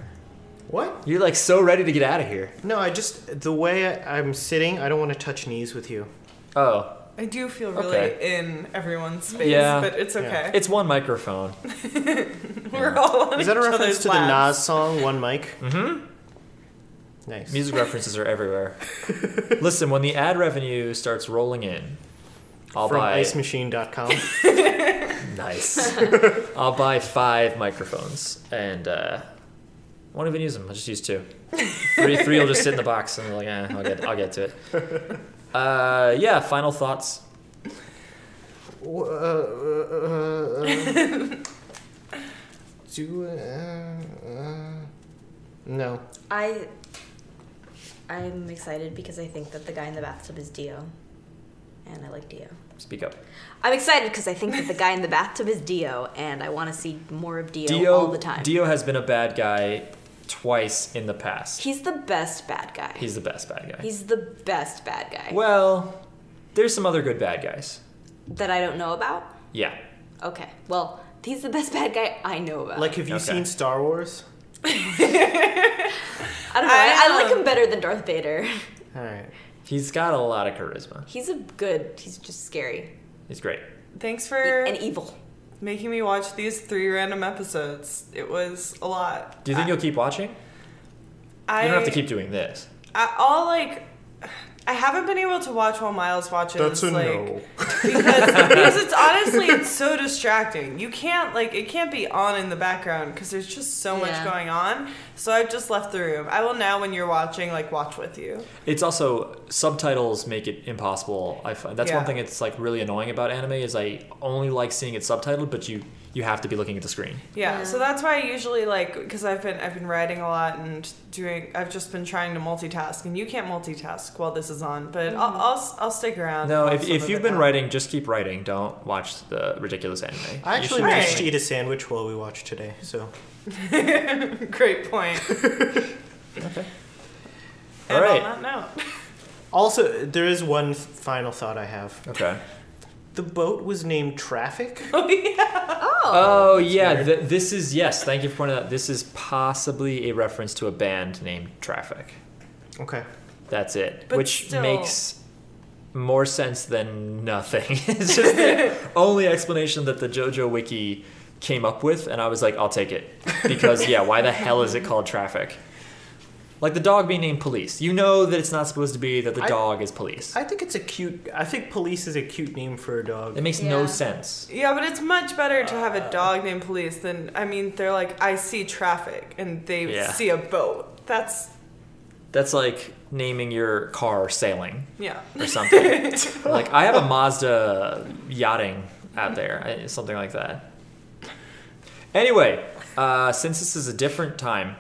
Speaker 2: What?
Speaker 3: You're like so ready to get out of here.
Speaker 2: No, I just the way I, I'm sitting, I don't want to touch knees with you.
Speaker 3: Oh,
Speaker 5: I do feel really
Speaker 3: Okay.
Speaker 5: in everyone's space,
Speaker 3: Yeah.
Speaker 5: but it's okay.
Speaker 3: it's one microphone.
Speaker 5: <laughs> We're all on
Speaker 2: Is that a
Speaker 5: each
Speaker 2: reference
Speaker 5: other's
Speaker 2: to the
Speaker 5: laps.
Speaker 2: Nas song "One Mic"? Mm-hmm. Nice.
Speaker 3: Music references are everywhere. Listen, when the ad revenue starts rolling in, I'll
Speaker 2: from
Speaker 3: buy <laughs>
Speaker 2: icemachine.com.
Speaker 3: nice. I'll buy five microphones, and uh, I won't even use them. I'll just use two. Three, three will just sit in the box, and I'm like, eh, I'll get, I'll get to it. Uh, yeah. Final thoughts.
Speaker 2: W- uh, uh, uh, uh, Do uh, uh, no.
Speaker 4: I. I'm excited because I think that the guy in the bathtub is Dio, and I like Dio.
Speaker 3: Speak up.
Speaker 4: I'm excited because I think that the guy in the bathtub is Dio, and I want to see more of Dio,
Speaker 3: Dio
Speaker 4: all the time.
Speaker 3: Dio has been a bad guy twice in the past.
Speaker 4: He's the best bad guy.
Speaker 3: He's the best bad guy.
Speaker 4: He's the best bad guy
Speaker 3: Well, there's some other good bad guys.
Speaker 4: that I don't know about.
Speaker 3: Yeah.
Speaker 4: Okay, well, he's the best bad guy I know about.
Speaker 2: Like, have you
Speaker 3: Okay.
Speaker 2: seen Star Wars?
Speaker 4: I don't know.
Speaker 5: I
Speaker 4: I,
Speaker 5: don't
Speaker 4: I like
Speaker 5: know.
Speaker 4: him better than Darth Vader. <laughs>
Speaker 2: All right.
Speaker 3: He's got a lot of charisma.
Speaker 4: He's a good. He's just scary
Speaker 3: He's great.
Speaker 5: Thanks
Speaker 4: E-
Speaker 5: for
Speaker 4: and evil.
Speaker 5: making me watch these three random episodes. It was a lot.
Speaker 3: Do you think
Speaker 5: I,
Speaker 3: you'll keep watching?
Speaker 5: I,
Speaker 3: you don't have to keep doing this.
Speaker 5: I, all like. I haven't been able to watch while Miles watches. like, because, because
Speaker 4: <laughs>
Speaker 5: it's honestly it's so distracting. You can't like it can't be on in the background because there's just so much
Speaker 4: Yeah.
Speaker 5: going on. So I've just left the room. I will now when you're watching like watch with you.
Speaker 3: It's also subtitles make it impossible. I find that's one
Speaker 5: Yeah.
Speaker 3: thing that's like really annoying about anime is I only like seeing it subtitled, but you you have to be looking at the screen.
Speaker 5: Yeah,
Speaker 4: Yeah.
Speaker 5: so that's why I usually like because I've been I've been writing a lot and doing I've just been trying to multitask and you can't multitask while this is on, but I'll,
Speaker 4: Mm-hmm.
Speaker 5: I'll s- I'll stick around.
Speaker 3: No,
Speaker 5: and
Speaker 3: if,
Speaker 5: watch some
Speaker 3: if
Speaker 5: of
Speaker 3: you've
Speaker 5: it
Speaker 3: been
Speaker 5: now.
Speaker 3: writing, just keep writing. Don't watch the ridiculous anime.
Speaker 2: I
Speaker 3: You
Speaker 2: actually
Speaker 3: should
Speaker 5: Alright.
Speaker 2: managed
Speaker 3: just-
Speaker 2: to eat a sandwich while we watched today, so
Speaker 5: <laughs> great
Speaker 3: <laughs>
Speaker 5: point.
Speaker 3: All
Speaker 5: And
Speaker 3: right.
Speaker 5: on that note, <laughs>
Speaker 2: Also, there is one f- final thought I have.
Speaker 3: Okay.
Speaker 2: The boat was named Traffic.
Speaker 5: oh yeah,
Speaker 3: Oh, yeah, th- this is yes. Thank you for pointing out. This is possibly a reference to a band named Traffic.
Speaker 2: Okay.
Speaker 3: That's it.
Speaker 5: But
Speaker 3: Which
Speaker 5: still-
Speaker 3: makes more sense than nothing. <laughs> it's just the only explanation that the JoJo Wiki came up with, and I was like, I'll take it. Because, yeah, why the hell is it called traffic? Like the dog being named Police. You know that it's not supposed to be that the
Speaker 2: I-
Speaker 3: dog is Police.
Speaker 2: I think it's a cute. I think police is a cute name for a dog.
Speaker 3: it makes no
Speaker 4: Yeah.
Speaker 3: sense.
Speaker 5: Yeah, but it's much better to have a dog named police than I mean they're like I see traffic and they
Speaker 3: Yeah.
Speaker 5: see a boat. That's
Speaker 3: That's like naming your car Sailing
Speaker 5: yeah.
Speaker 3: or something. like I have a Mazda yachting out there, I- something like that. Anyway, uh, since this is a different time,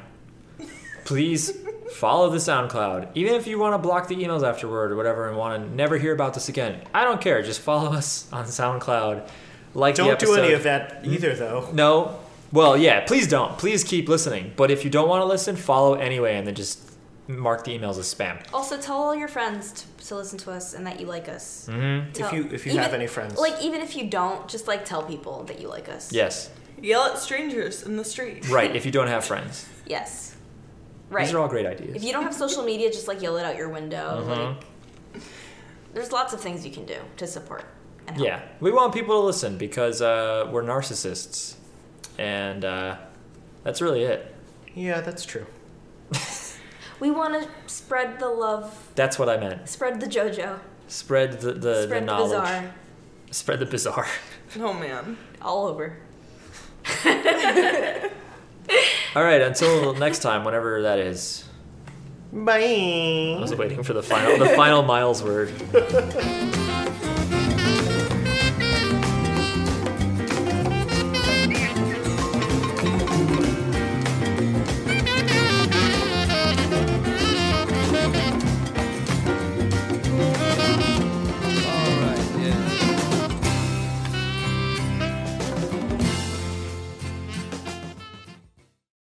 Speaker 3: please follow the SoundCloud. Even if you want to block the emails afterward or whatever and want to never hear about this again, I don't care. Just follow us on SoundCloud. Like the
Speaker 2: Don't do any
Speaker 3: episode. Hmm?
Speaker 2: of that either, though.
Speaker 3: No. Well, yeah, please don't. Please keep listening. But if you don't want to listen, follow anyway and then just mark the emails as spam.
Speaker 4: Also, tell all your friends to, to listen to us and that you like us.
Speaker 3: Mm-hmm.
Speaker 4: Tell-
Speaker 2: If you- if you have any friends.
Speaker 4: like even if you don't, just like tell people that you like us.
Speaker 3: Yes.
Speaker 5: Yell at strangers in the street.
Speaker 3: Right, if you don't have friends.
Speaker 4: Yes. Right.
Speaker 3: These are all great ideas.
Speaker 4: if you don't have social media, just like yell it out your window.
Speaker 2: Mm-hmm.
Speaker 4: Like, there's lots of things you can do to support. And help.
Speaker 3: Yeah, we want people to listen because uh, we're narcissists, and uh, that's really it.
Speaker 2: Yeah, that's true.
Speaker 4: We want to spread the love,
Speaker 3: That's what I meant.
Speaker 4: spread the JoJo,
Speaker 3: Spread the Uh, the,
Speaker 4: spread
Speaker 3: the
Speaker 4: the
Speaker 3: knowledge.
Speaker 4: bizarre
Speaker 3: Spread the bizarre. <laughs>
Speaker 5: Oh man.
Speaker 4: all over.
Speaker 3: All right, until next time, whenever that is.
Speaker 2: Bye.
Speaker 4: <laughs>
Speaker 3: I was waiting for the final the final Miles word.